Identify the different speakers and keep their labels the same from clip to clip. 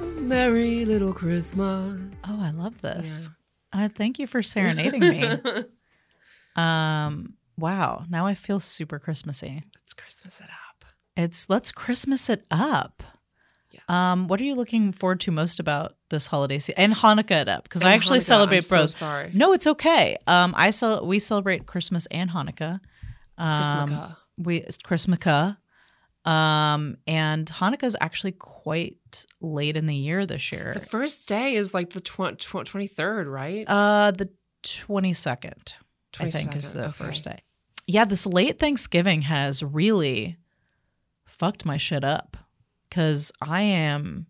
Speaker 1: Merry Little Christmas.
Speaker 2: Oh, I love this. Uh, thank you for serenading me. um, wow. Now I feel super Christmassy.
Speaker 1: Let's Christmas it up.
Speaker 2: It's let's Christmas it up.
Speaker 1: Yes.
Speaker 2: Um, what are you looking forward to most about this holiday season and Hanukkah it up? Because I
Speaker 1: And
Speaker 2: actually
Speaker 1: Hanukkah, Oh I'm
Speaker 2: celebrate
Speaker 1: so
Speaker 2: both.
Speaker 1: sorry.
Speaker 2: No, it's okay. Um, I cel- we celebrate Christmas and Hanukkah. Um,
Speaker 1: Christmaka.
Speaker 2: we Christmaka. Um, and Hanukkah is actually quite late in the year this year.
Speaker 1: The first day is like the tw- tw- 23rd, right?
Speaker 2: uh, the twenty second. I think is
Speaker 1: 22nd,
Speaker 2: the
Speaker 1: okay.
Speaker 2: first day. Yeah, this late Thanksgiving has really fucked my shit up because I am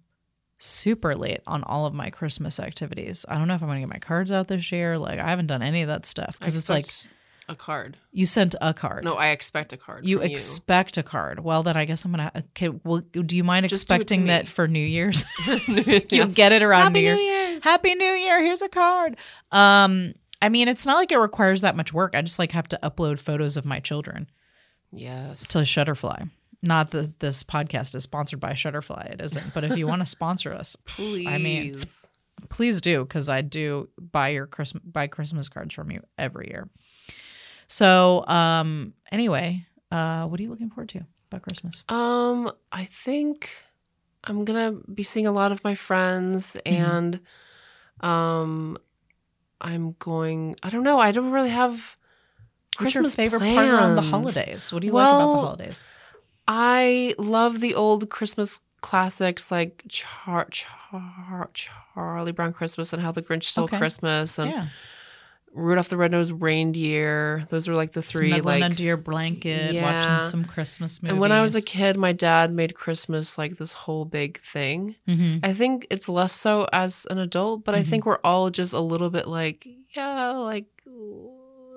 Speaker 2: super late on all of my Christmas activities. I don't know if I'm gonna get my cards out this year. Like I haven't done any of that stuff
Speaker 1: I
Speaker 2: because it's like
Speaker 1: expect a card.
Speaker 2: you sent a card.
Speaker 1: No, I expect a card.
Speaker 2: you
Speaker 1: from
Speaker 2: expect a card. Well, then I guess I'm gonna. Okay, well, do you mind
Speaker 1: Just do it to
Speaker 2: expecting that
Speaker 1: me.
Speaker 2: for New Year's?
Speaker 1: you.
Speaker 2: you get it around
Speaker 1: Happy
Speaker 2: New
Speaker 1: New
Speaker 2: Year's.
Speaker 1: Year's.
Speaker 2: Happy New Year. Here's a card. Um, I mean, it's not like it requires that much work. I just like have to upload photos of my children
Speaker 1: Yes.
Speaker 2: to Shutterfly. Not that this podcast is sponsored by Shutterfly. It isn't. But if you want to sponsor us,
Speaker 1: Please.
Speaker 2: I mean- please do because I do buy your Christmas buy Christmas cards from you every year. So, um, anyway, uh, what are you looking forward to about Christmas?
Speaker 1: Um, I think I'm gonna be seeing a lot of my friends,
Speaker 2: Mm-hmm.
Speaker 1: and um, I'm going. I don't know. I don't really have
Speaker 2: What's
Speaker 1: Christmas
Speaker 2: your favorite part around the
Speaker 1: plans.
Speaker 2: holidays? What do you like about the
Speaker 1: Well,
Speaker 2: holidays?
Speaker 1: I love the old Christmas classics like Char- Char- Charlie Brown Christmas and How the Grinch Stole
Speaker 2: Okay.
Speaker 1: Christmas and
Speaker 2: yeah,
Speaker 1: Rudolph the Red-Nosed Reindeer. Those were like the three
Speaker 2: snuggling
Speaker 1: like
Speaker 2: under your blanket,
Speaker 1: Yeah.
Speaker 2: watching some Christmas movies.
Speaker 1: And when I was a kid, my dad made Christmas like this whole big thing.
Speaker 2: Mhm.
Speaker 1: I think it's less so as an adult, but I
Speaker 2: Mhm.
Speaker 1: think we're all just a little bit like, yeah, like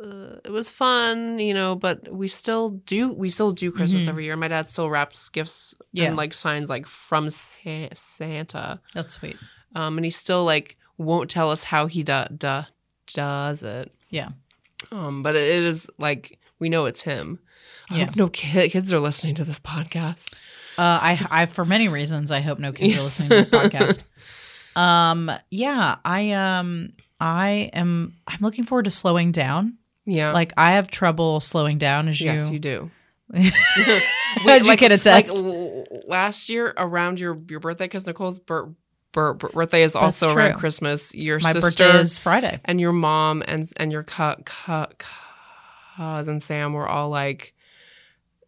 Speaker 1: uh, it was fun, you know. But we still do, we still do Christmas
Speaker 2: Mhm.
Speaker 1: every year. My dad still wraps gifts
Speaker 2: Yeah.
Speaker 1: and like signs like from Sa- Santa,
Speaker 2: that's sweet.
Speaker 1: um, and he still like won't tell us how he da- da- does it.
Speaker 2: Yeah.
Speaker 1: Um, but it is like we know it's him. I
Speaker 2: Yeah.
Speaker 1: hope no ki- kids are listening to this podcast.
Speaker 2: Uh, I, I, for many reasons, I hope no kids are
Speaker 1: Yes.
Speaker 2: listening to this podcast. Um, yeah, I, um, I am, I'm looking forward to slowing down.
Speaker 1: Yeah.
Speaker 2: Like I have trouble slowing down as
Speaker 1: yes, you
Speaker 2: you,
Speaker 1: do.
Speaker 2: How'd you get a test?
Speaker 1: Like l- last year around your your birthday, because Nicole's bir- bir- bir- birthday is also
Speaker 2: That's
Speaker 1: around
Speaker 2: true.
Speaker 1: Christmas. Your
Speaker 2: my
Speaker 1: sister
Speaker 2: birthday is Friday.
Speaker 1: and your mom and and your cu- cu- cousin Sam were all like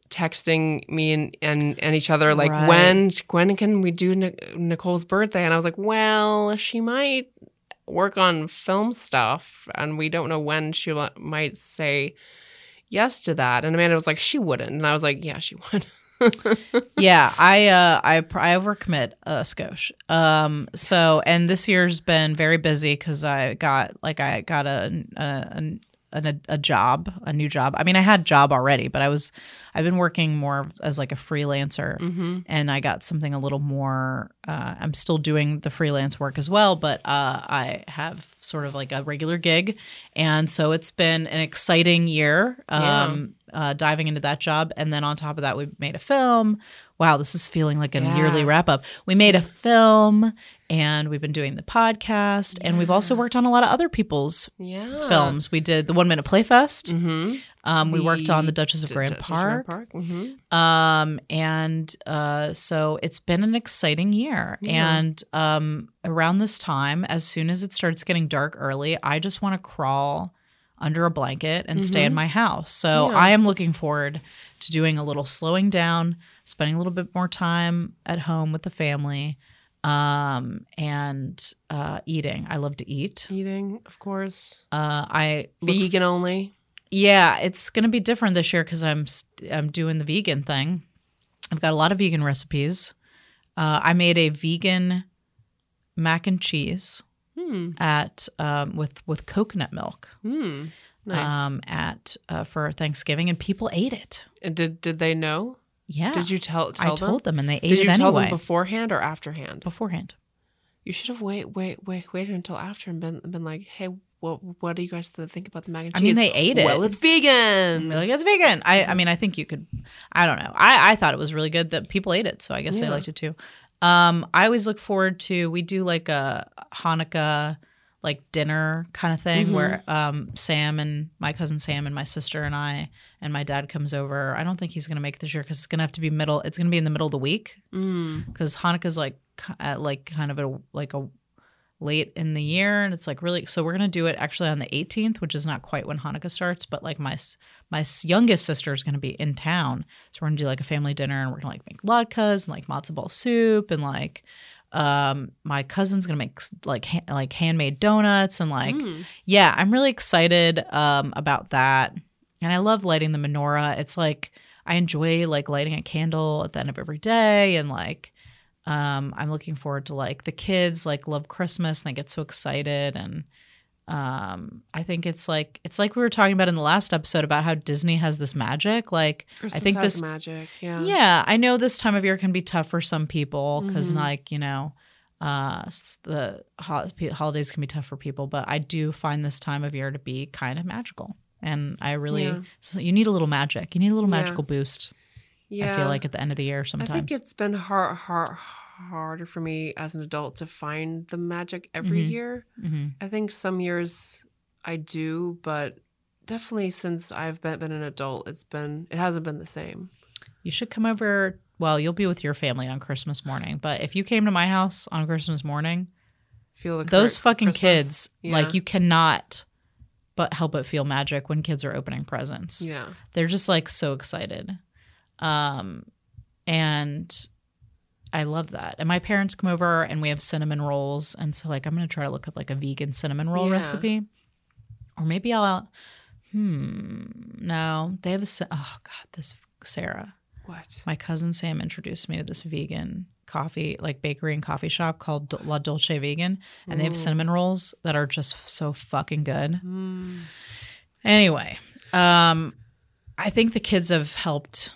Speaker 1: texting me and and, and each other like
Speaker 2: Right.
Speaker 1: when when can we do Nic- Nicole's birthday? And I was like, well, she might work on film stuff, and we don't know when she wa- might say yes to that. And Amanda was like, she wouldn't, and I was like, yeah, she would.
Speaker 2: yeah, I uh, I pr- I overcommit a skosh. Um, so and this year's been very busy because I got like I got a a, a a job, a new job. I mean, I had a job already, but I was I've been working more as like a freelancer,
Speaker 1: Mm-hmm.
Speaker 2: and I got something a little more. Uh, I'm still doing the freelance work as well, but uh, I have sort of like a regular gig, and so it's been an exciting year. Um, uh, diving into that job, and then on top of that, we made a film. Wow, this is feeling like a
Speaker 1: Yeah.
Speaker 2: yearly wrap up. We made a film, and we've been doing the podcast, and we've also worked on a lot of other people's
Speaker 1: Yeah,
Speaker 2: films. We did the One Minute Playfest.
Speaker 1: Mm-hmm.
Speaker 2: Um, we worked on the Duchess of Grand Park.
Speaker 1: hmm
Speaker 2: Um, and uh, so it's been an exciting year.
Speaker 1: Yeah.
Speaker 2: And um, around this time, as soon as it starts getting dark early, I just want to crawl under a blanket and stay in my house. So
Speaker 1: Mm-hmm. Yeah.
Speaker 2: I am looking forward to doing a little slowing down, spending a little bit more time at home with the family um and uh eating i love to eat
Speaker 1: Eating, of course,
Speaker 2: uh i look
Speaker 1: vegan only.
Speaker 2: yeah, it's going to be different this year because I'm st- I'm doing the vegan thing. I've got a lot of vegan recipes. Uh, I made a vegan mac and cheese
Speaker 1: Hmm.
Speaker 2: at um, with with coconut milk
Speaker 1: Hmm. Nice.
Speaker 2: um, at uh, for Thanksgiving, and people ate it.
Speaker 1: And did did they know?
Speaker 2: Yeah,
Speaker 1: Did you tell tell
Speaker 2: I
Speaker 1: them?
Speaker 2: told them, and they ate
Speaker 1: did
Speaker 2: it
Speaker 1: you
Speaker 2: anyway
Speaker 1: tell them beforehand or afterhand?
Speaker 2: beforehand.
Speaker 1: You should have wait wait wait waited until after and been been like, hey, what what do you guys th- think about the mac and
Speaker 2: I
Speaker 1: cheese?
Speaker 2: mean, they ate it.
Speaker 1: Well, it's
Speaker 2: And
Speaker 1: vegan.
Speaker 2: be like it's vegan. I I mean, I think you could. I don't know. I I thought it was really good that people ate it, so I guess they
Speaker 1: Yeah.
Speaker 2: liked it too. Um, I always look forward to we do like a Hanukkah like dinner kind of thing
Speaker 1: Mhm.
Speaker 2: where um, Sam and my cousin Sam and my sister and I and my dad comes over. I don't think he's gonna make it this year because it's gonna have to be middle. It's gonna be in the middle of the week
Speaker 1: Mm.
Speaker 2: because Hanukkah's like ki- at like kind of a like a late in the year and it's like really so we're gonna do it actually on the 18th which is not quite when Hanukkah starts but like my s- my s- youngest sister is gonna be in town so we're gonna do like a family dinner and we're gonna like make latkes and like matzo ball soup and like um my cousin's gonna make s- like ha- like handmade donuts and like
Speaker 1: Mm.
Speaker 2: yeah, I'm really excited um, about that. And I love lighting the menorah. It's like I enjoy like lighting a candle at the end of every day and like um, I'm looking forward to like the kids like love Christmas and they get so excited and um, I think it's like it's like we were talking about in the last episode about how Disney has this magic like
Speaker 1: Christmas
Speaker 2: think
Speaker 1: has
Speaker 2: this-
Speaker 1: magic. Yeah.
Speaker 2: yeah, I know this time of year can be tough for some people because,
Speaker 1: Mhm.
Speaker 2: like you know, uh, s- the hol- pe- holidays can be tough for people. But I do find this time of year to be kind of magical, and I really
Speaker 1: Yeah.
Speaker 2: so you need a little magic. You need a little
Speaker 1: Yeah.
Speaker 2: magical boost.
Speaker 1: Yeah.
Speaker 2: I feel like at the end of the year sometimes.
Speaker 1: I think it's been hard, hard, harder for me as an adult to find the magic every
Speaker 2: Mhm.
Speaker 1: year.
Speaker 2: hmm
Speaker 1: I think some years I do, but definitely since I've been, been an adult, it's been it hasn't been the same.
Speaker 2: You should come over. Well, you'll be with your family on Christmas morning, but if you came to my house on Christmas morning,
Speaker 1: Feel the
Speaker 2: those
Speaker 1: correct
Speaker 2: fucking
Speaker 1: Christmas.
Speaker 2: kids,
Speaker 1: Yeah.
Speaker 2: like you cannot but help but feel magic when kids are opening presents.
Speaker 1: Yeah.
Speaker 2: they're just like so excited um and i love that and my parents come over and we have cinnamon rolls and so like i'm gonna try to look up like a vegan cinnamon roll
Speaker 1: Yeah.
Speaker 2: recipe or maybe i'll hmm no they have a cin- oh god this sarah
Speaker 1: What?
Speaker 2: my cousin Sam introduced me to this vegan coffee, like bakery and coffee shop called Dol- La Dolce Vegan, and they have
Speaker 1: Ooh.
Speaker 2: cinnamon rolls that are just so fucking good.
Speaker 1: Mm.
Speaker 2: Anyway, um, I think the kids have helped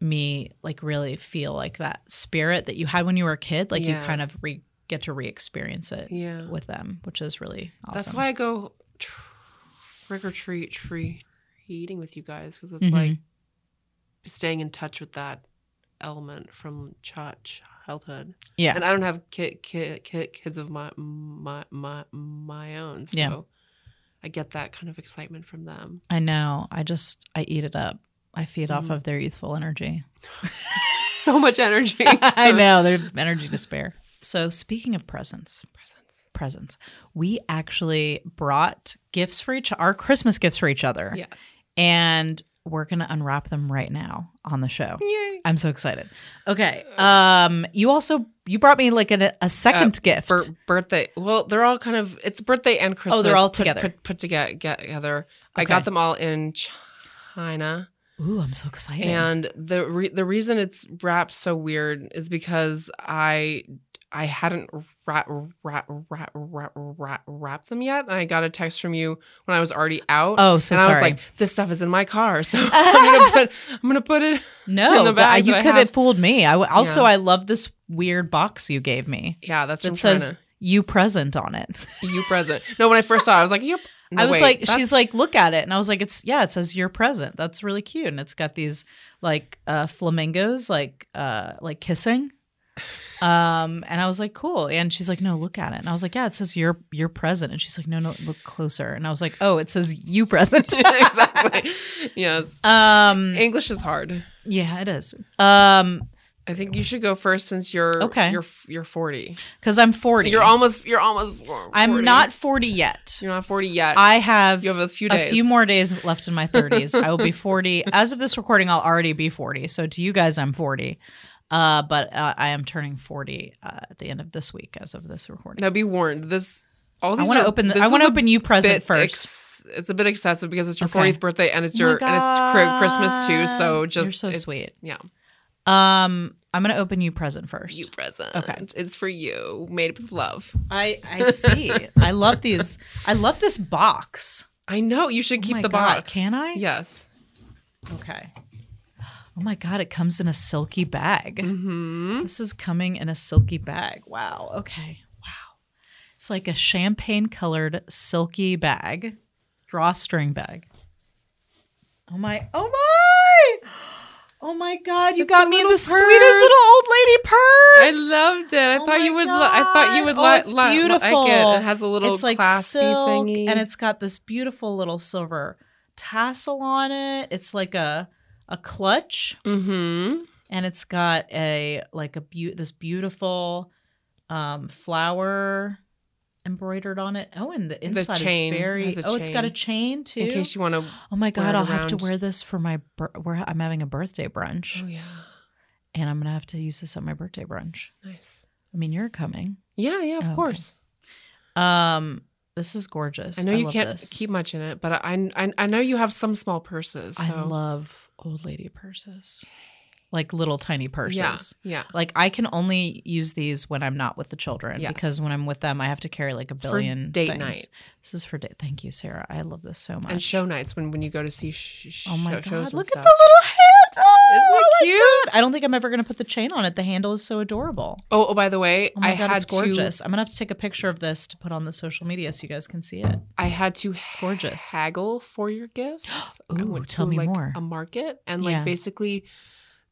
Speaker 2: me like really feel like that spirit that you had when you were a kid. Like
Speaker 1: Yeah.
Speaker 2: you kind of re- get to re-experience it
Speaker 1: Yeah.
Speaker 2: with them, which is really awesome.
Speaker 1: That's why I go tr- trick or treat, treat eating with you guys because it's
Speaker 2: Mhm.
Speaker 1: like staying in touch with that element from chi- childhood.
Speaker 2: Yeah.
Speaker 1: and I don't have kid, kid, kid, kids of my my my my own, so
Speaker 2: Yeah.
Speaker 1: I get that kind of excitement from them.
Speaker 2: I know. I just I eat it up. I feed off
Speaker 1: Mm.
Speaker 2: of their youthful energy.
Speaker 1: So much energy.
Speaker 2: I know their energy to spare. So speaking of presents,
Speaker 1: Presents.
Speaker 2: presents, we actually brought gifts for each our Christmas gifts for each other,
Speaker 1: Yes.
Speaker 2: and we're gonna unwrap them right now on the show.
Speaker 1: Yay.
Speaker 2: I'm so excited. Okay. Um. You also you brought me like an, a
Speaker 1: Uh,
Speaker 2: second gift.
Speaker 1: Bir- birthday. Well, they're all kind of it's birthday and Christmas.
Speaker 2: Oh, all
Speaker 1: put-
Speaker 2: together.
Speaker 1: Put, put toge- get- together. I
Speaker 2: Okay.
Speaker 1: got them all in China.
Speaker 2: Ooh, I'm so excited.
Speaker 1: And the re- the reason it's wrapped so weird is because I I hadn't wrap wrap wrap wrap wrap wrapped them yet, and I got a text from you when I was already out.
Speaker 2: oh, so
Speaker 1: and I
Speaker 2: sorry.
Speaker 1: was like, "This stuff is in my car, so I'm gonna put I'm gonna put it."
Speaker 2: no,
Speaker 1: in the
Speaker 2: but
Speaker 1: bag
Speaker 2: you
Speaker 1: that I
Speaker 2: could have
Speaker 1: have.
Speaker 2: fooled me. I w- also
Speaker 1: Yeah.
Speaker 2: I love this weird box you gave me
Speaker 1: Yeah, that's from
Speaker 2: that says
Speaker 1: China.
Speaker 2: "you present" on it.
Speaker 1: You present? No, when I first saw, it, I was like, "Yep." No,
Speaker 2: I was
Speaker 1: wait,
Speaker 2: like,
Speaker 1: that's-
Speaker 2: she's like, look at it, and I was like, it's yeah, it says you're present. That's really cute, and it's got these like uh, flamingos, like uh, like kissing. Um, and I was like, cool. And she's like, no, look at it. And I was like, yeah, it says you're you're present. And she's like, no, no, look closer. And I was like, oh, it says you present.
Speaker 1: exactly. Yes.
Speaker 2: um,
Speaker 1: English is hard.
Speaker 2: yeah, it is. Um,
Speaker 1: I think you should go first since you're
Speaker 2: Okay.
Speaker 1: You're you're 40.
Speaker 2: because I'm forty.
Speaker 1: You're almost you're almost. 40.
Speaker 2: I'm not forty yet.
Speaker 1: You're not 40 yet.
Speaker 2: I have
Speaker 1: you have a few days.
Speaker 2: a few more days left in my 30s. I will be 40. As of this recording, I'll already be 40. So to you guys, I'm 40. Uh, but uh, I am turning 40 uh, at the end of this week, as of this recording.
Speaker 1: Now be warned. This all
Speaker 2: I
Speaker 1: these.
Speaker 2: want to
Speaker 1: are-
Speaker 2: open. The,
Speaker 1: this
Speaker 2: I
Speaker 1: is
Speaker 2: want to
Speaker 1: a
Speaker 2: open you present
Speaker 1: bit
Speaker 2: first.
Speaker 1: ex- it's a bit excessive because it's your
Speaker 2: Okay.
Speaker 1: 40th birthday and it's
Speaker 2: Oh my
Speaker 1: your and it's cri- Christmas too. So
Speaker 2: God.
Speaker 1: just
Speaker 2: You're so
Speaker 1: it's-
Speaker 2: sweet.
Speaker 1: Yeah,
Speaker 2: um, I'm going to open you present first.
Speaker 1: you present.
Speaker 2: Okay.
Speaker 1: it's for you, made with love.
Speaker 2: I I see. I love these. I love this box.
Speaker 1: I know you should keep
Speaker 2: Oh my
Speaker 1: the
Speaker 2: God,
Speaker 1: box.
Speaker 2: can I?
Speaker 1: Yes.
Speaker 2: Okay. Oh my god! It comes in a silky bag.
Speaker 1: Hmm.
Speaker 2: This is coming in a silky bag. Wow. Okay. Wow. It's like a champagne colored silky bag, drawstring bag. Oh my. Oh my. Oh my god, you
Speaker 1: It's
Speaker 2: got
Speaker 1: a
Speaker 2: me the
Speaker 1: little
Speaker 2: sweetest
Speaker 1: purse.
Speaker 2: little old lady
Speaker 1: I
Speaker 2: purse.
Speaker 1: loved it. I
Speaker 2: Oh
Speaker 1: thought you
Speaker 2: my
Speaker 1: would. Lo- I thought you would
Speaker 2: God. Oh,
Speaker 1: li-
Speaker 2: it's
Speaker 1: li- like
Speaker 2: beautiful.
Speaker 1: it. It has a little
Speaker 2: it's like
Speaker 1: claspy
Speaker 2: silk,
Speaker 1: thingy,
Speaker 2: and it's got this beautiful little silver tassel on it. It's like a a clutch,
Speaker 1: mm-hmm.
Speaker 2: and it's got a like a be- this beautiful um flower embroidered on it. Oh, and the inside
Speaker 1: chain
Speaker 2: is very.
Speaker 1: has a
Speaker 2: oh, it's got a
Speaker 1: chain.
Speaker 2: chain too.
Speaker 1: in case you want to.
Speaker 2: oh my
Speaker 1: wear it
Speaker 2: god, I'll have to
Speaker 1: around.
Speaker 2: wear this for my. Bir- we're, I'm having a birthday brunch,
Speaker 1: Oh yeah,
Speaker 2: and I'm gonna have to use this at my birthday brunch.
Speaker 1: nice.
Speaker 2: I mean, you're coming.
Speaker 1: Yeah, yeah, of
Speaker 2: Okay.
Speaker 1: course.
Speaker 2: Um, this is gorgeous.
Speaker 1: I know you
Speaker 2: love
Speaker 1: can't
Speaker 2: this.
Speaker 1: keep much in it, but I, I I know you have some small purses. So.
Speaker 2: I love old lady purses, like little tiny purses.
Speaker 1: Yeah, yeah.
Speaker 2: Like I can only use these when I'm not with the children
Speaker 1: Yes.
Speaker 2: because when I'm with them, I have to carry like a
Speaker 1: for
Speaker 2: billion
Speaker 1: date
Speaker 2: things.
Speaker 1: night.
Speaker 2: This is for date. Thank you, Sarah. I love this so much.
Speaker 1: and show nights when when you go to see sh- sh-
Speaker 2: Oh my
Speaker 1: show- shows.
Speaker 2: god!
Speaker 1: and
Speaker 2: Look
Speaker 1: stuff.
Speaker 2: at the little handle.
Speaker 1: Isn't it
Speaker 2: Oh my
Speaker 1: cute?
Speaker 2: God. I don't think I'm ever gonna put the chain on it. The handle is so adorable.
Speaker 1: Oh, oh, by the way,
Speaker 2: Oh my
Speaker 1: I
Speaker 2: god,
Speaker 1: had
Speaker 2: it's gorgeous. I'm gonna have to take a picture of this to put on the social media so you guys can see it.
Speaker 1: to I had to
Speaker 2: gorgeous.
Speaker 1: haggle for your gifts. I
Speaker 2: Ooh,
Speaker 1: went
Speaker 2: tell
Speaker 1: to
Speaker 2: me
Speaker 1: like
Speaker 2: more.
Speaker 1: a market and like
Speaker 2: Yeah.
Speaker 1: basically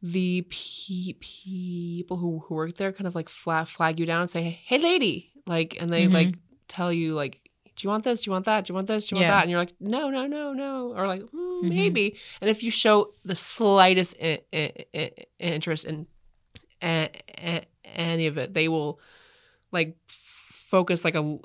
Speaker 1: the pe- people who who work there kind of like flat flag you down and say, "Hey, lady," like, and they
Speaker 2: Mhm.
Speaker 1: like tell you like. Do you want this? Do you want that? Do you want this? Do you want
Speaker 2: Yeah.
Speaker 1: that? And you're like, no, no, no, no, or like "Mm,
Speaker 2: Mhm.
Speaker 1: maybe. And if you show the slightest I- I- I- interest in a- a- any of it. They will like f- focus like a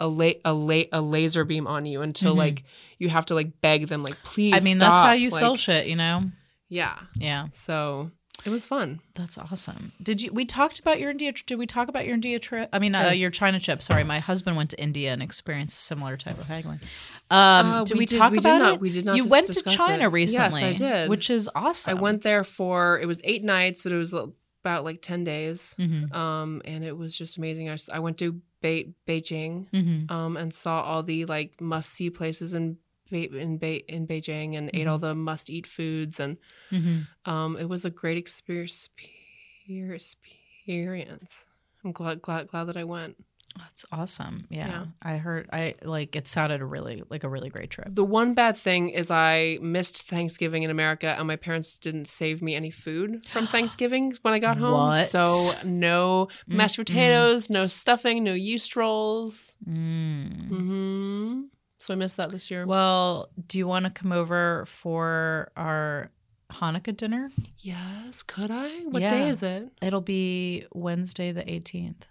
Speaker 1: a la- a, la- a laser beam on you until
Speaker 2: Mhm.
Speaker 1: like you have to like beg them like please.
Speaker 2: I mean, that's how
Speaker 1: stop,"
Speaker 2: you
Speaker 1: like,
Speaker 2: sell shit, you know?
Speaker 1: Yeah.
Speaker 2: Yeah.
Speaker 1: So it was fun.
Speaker 2: That's awesome. Did you? We talked about your India. Did we talk about your India trip? I mean, uh,
Speaker 1: Oh.
Speaker 2: your China trip. Sorry, my husband went to India and experienced a similar type of haggling. Um,
Speaker 1: Uh,
Speaker 2: did we, talk
Speaker 1: we did
Speaker 2: about
Speaker 1: not,
Speaker 2: it?
Speaker 1: We did not.
Speaker 2: you
Speaker 1: dis-
Speaker 2: went to
Speaker 1: discuss
Speaker 2: China
Speaker 1: it.
Speaker 2: recently.
Speaker 1: Yes, I did.
Speaker 2: which is awesome.
Speaker 1: I went there for it was eight nights, but it was about like ten days.
Speaker 2: hmm
Speaker 1: Um, and it was just amazing. I, s- I went to Be- Beijing.
Speaker 2: hmm
Speaker 1: um, and saw all the like must see places in Be- in Be- in Beijing and ate all
Speaker 2: Mm-hmm.
Speaker 1: the must eat foods and
Speaker 2: hmm
Speaker 1: um, it was a great experience. Experience. I'm glad glad glad that I went.
Speaker 2: That's awesome. Yeah.
Speaker 1: Yeah.
Speaker 2: I heard. I like. It sounded a really like a really great trip.
Speaker 1: The one bad thing is I missed Thanksgiving in America and my parents didn't save me any food from Thanksgiving when I got home.
Speaker 2: What? Mm-hmm.
Speaker 1: So no mashed
Speaker 2: Mm-mm.
Speaker 1: potatoes, no stuffing, no yeast rolls.
Speaker 2: Mm.
Speaker 1: hmm So I missed that this year.
Speaker 2: Well, do you want to come over for our Hanukkah dinner?
Speaker 1: Yes, could I? What day
Speaker 2: Yeah.
Speaker 1: is it?
Speaker 2: It'll be Wednesday the 18th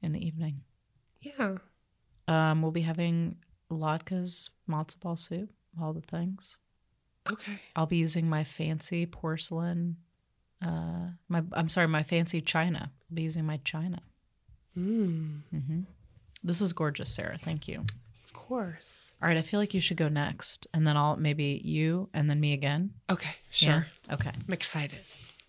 Speaker 2: in the evening.
Speaker 1: Yeah.
Speaker 2: Um, we'll be having latkes, matzo ball soup, all the things.
Speaker 1: Okay.
Speaker 2: I'll be using my fancy porcelain. Uh, my I'm sorry, my fancy china. I'll be using my china.
Speaker 1: Mm,
Speaker 2: hmm This is gorgeous, Sarah. Thank you.
Speaker 1: of course.
Speaker 2: All right, I feel like you should go next, and then I'll maybe you and then me again.
Speaker 1: Okay, sure.
Speaker 2: Yeah? Okay.
Speaker 1: I'm excited.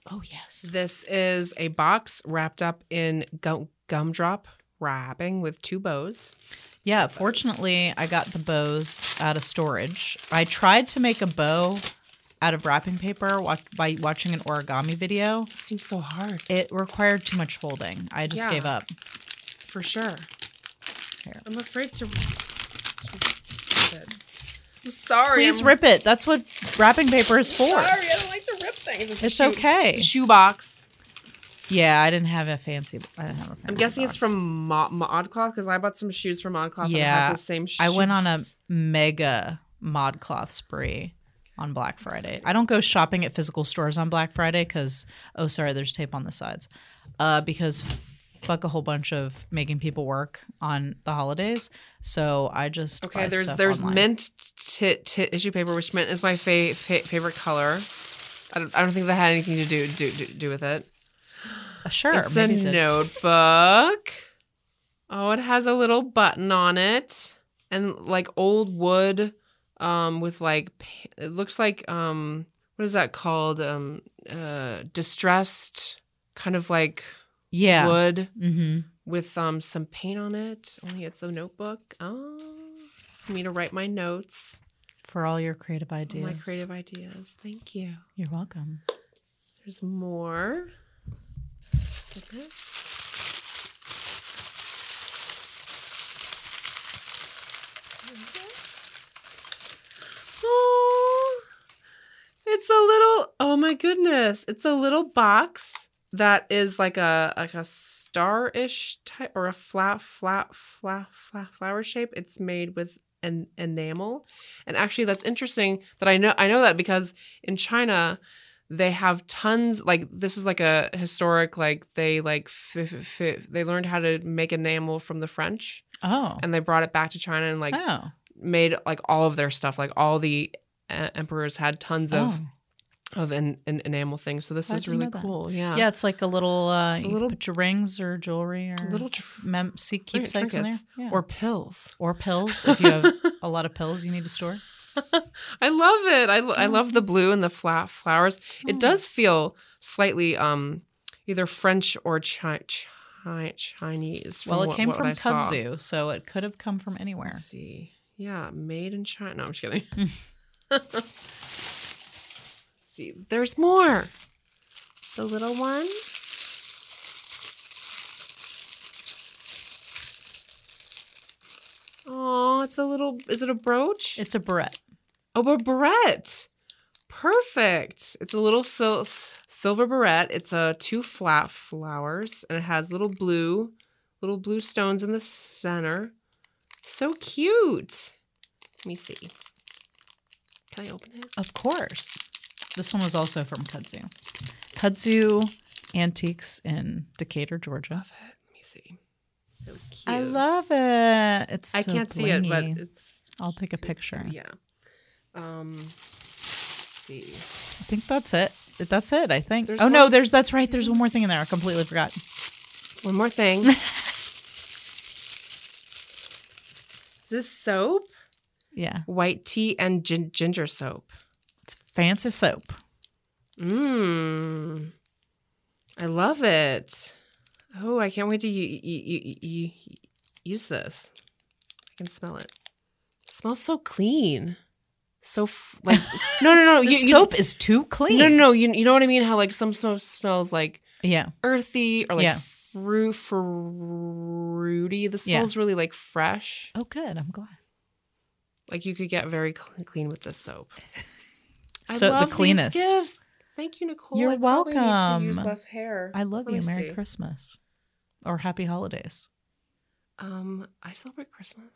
Speaker 2: Oh yes.
Speaker 1: This is a box wrapped up in gum gumdrop wrapping with two bows.
Speaker 2: Yeah, fortunately, I got the bows out of storage. I tried to make a bow out of wrapping paper wa- by watching an origami video.
Speaker 1: This seems so hard.
Speaker 2: It required too much folding. I just
Speaker 1: Yeah.
Speaker 2: gave up.
Speaker 1: For sure.
Speaker 2: Here.
Speaker 1: I'm afraid to. I'm sorry.
Speaker 2: Please
Speaker 1: I'm-
Speaker 2: rip it. That's what wrapping paper is for.
Speaker 1: Sorry, I don't like to rip things. a
Speaker 2: It's
Speaker 1: shoe-
Speaker 2: okay.
Speaker 1: It's a shoebox.
Speaker 2: Yeah, I didn't have a fancy. I didn't have a fancy
Speaker 1: I'm guessing it's
Speaker 2: box.
Speaker 1: from Mo- Mo- Oddcloth because I bought some shoes from Oddcloth that
Speaker 2: Yeah,
Speaker 1: has the same shoe.
Speaker 2: I went on a mega mod cloth spree on Black Friday. I don't go shopping at physical stores on Black Friday because oh sorry, there's tape on the sides. Uh, because fuck a whole bunch of making people work on the holidays. So I just
Speaker 1: Okay,
Speaker 2: buy
Speaker 1: there's
Speaker 2: stuff
Speaker 1: there's
Speaker 2: online.
Speaker 1: mint t- t- tissue paper, which mint is my fa- fa- favorite color. I don't, I don't think that had anything to do do do, do with it.
Speaker 2: Uh, sure.
Speaker 1: it's a
Speaker 2: maybe it did.
Speaker 1: notebook. Oh, it has a little button on it and like old wood, um, with like pa- it looks like um, what is that called? Um, uh, distressed kind of like
Speaker 2: Yeah.
Speaker 1: wood
Speaker 2: Mm-hmm.
Speaker 1: with um some paint on it. Only it's a notebook. Oh, for me to write my notes.
Speaker 2: For all your creative
Speaker 1: All
Speaker 2: ideas.
Speaker 1: my creative ideas. Thank you.
Speaker 2: You're welcome.
Speaker 1: There's more. Goodness. Oh, It's a little. Oh my goodness! It's a little box that is like a like a star-ish type or a flat, flat, flat, flat flower shape. It's made with an enamel, and actually, that's interesting that I know I know that because in China they have tons like this is like a historic like they like f- f- f- they learned how to make enamel from the French
Speaker 2: Oh.
Speaker 1: and they brought it back to China and like
Speaker 2: oh.
Speaker 1: made like all of their stuff like all the uh, emperors had tons of
Speaker 2: Oh.
Speaker 1: of an, an enamel things so this
Speaker 2: I
Speaker 1: is
Speaker 2: didn't know
Speaker 1: really
Speaker 2: that.
Speaker 1: cool yeah
Speaker 2: Yeah, it's like a little uh
Speaker 1: It's a
Speaker 2: you
Speaker 1: little-
Speaker 2: put your rings or jewelry or
Speaker 1: little tr-
Speaker 2: mem- see, keepsakes in there.
Speaker 1: trinkets
Speaker 2: Yeah.
Speaker 1: or pills
Speaker 2: or pills if you have a lot of pills you need to store.
Speaker 1: i love it I, lo- I love the blue and the flat flowers
Speaker 2: Oh.
Speaker 1: it does feel slightly um either french or chi- chi- chinese
Speaker 2: Well, it
Speaker 1: what-
Speaker 2: came
Speaker 1: what
Speaker 2: from
Speaker 1: I saw.
Speaker 2: kudzu, so it could have come from anywhere.
Speaker 1: Let's see yeah made in china no i'm just kidding see there's more the little one oh it's a little is it a brooch
Speaker 2: It's a barrette.
Speaker 1: oh a barrette perfect it's a little sil- s- silver barrette it's a two flat flowers and it has little blue little blue stones in the center so cute let me see can i open it
Speaker 2: Of course. This one was also from Kudzu. Kudzu Antiques in Decatur, Georgia.
Speaker 1: love it. Let me see. So cute.
Speaker 2: I love it. It's
Speaker 1: I
Speaker 2: so
Speaker 1: can't see it, but
Speaker 2: blingy.
Speaker 1: it's.
Speaker 2: I'll take a
Speaker 1: it's-
Speaker 2: picture.
Speaker 1: Yeah. Um. let's see.
Speaker 2: I think that's it. That's it. I think.
Speaker 1: There's
Speaker 2: oh no,
Speaker 1: one-
Speaker 2: there's that's right. There's one more thing in there. I completely forgot.
Speaker 1: One more thing. Is this soap?
Speaker 2: Yeah,
Speaker 1: White tea and gin- ginger soap.
Speaker 2: it's fancy soap.
Speaker 1: Mmm. I love it. Oh, I can't wait to u- u- u- u- u- use this. I can smell it. It smells so clean. So f- like no no no
Speaker 2: The
Speaker 1: you, Oh, you-
Speaker 2: soap is too clean.
Speaker 1: No, no, no. You, you know what I mean? How like some soap smells like
Speaker 2: Yeah,
Speaker 1: earthy or like
Speaker 2: Yeah.
Speaker 1: fruit, fruity. This
Speaker 2: Yeah.
Speaker 1: smells really like fresh.
Speaker 2: Oh, good. I'm glad.
Speaker 1: Like you could get very cl- clean with this soap.
Speaker 2: So the cleanest.
Speaker 1: These gifts. Thank you, Nicole.
Speaker 2: You're
Speaker 1: I probably need to
Speaker 2: welcome.
Speaker 1: use less hair.
Speaker 2: I love
Speaker 1: Let
Speaker 2: you.
Speaker 1: me
Speaker 2: Merry
Speaker 1: see.
Speaker 2: Christmas, or Happy Holidays.
Speaker 1: Um, I celebrate Christmas.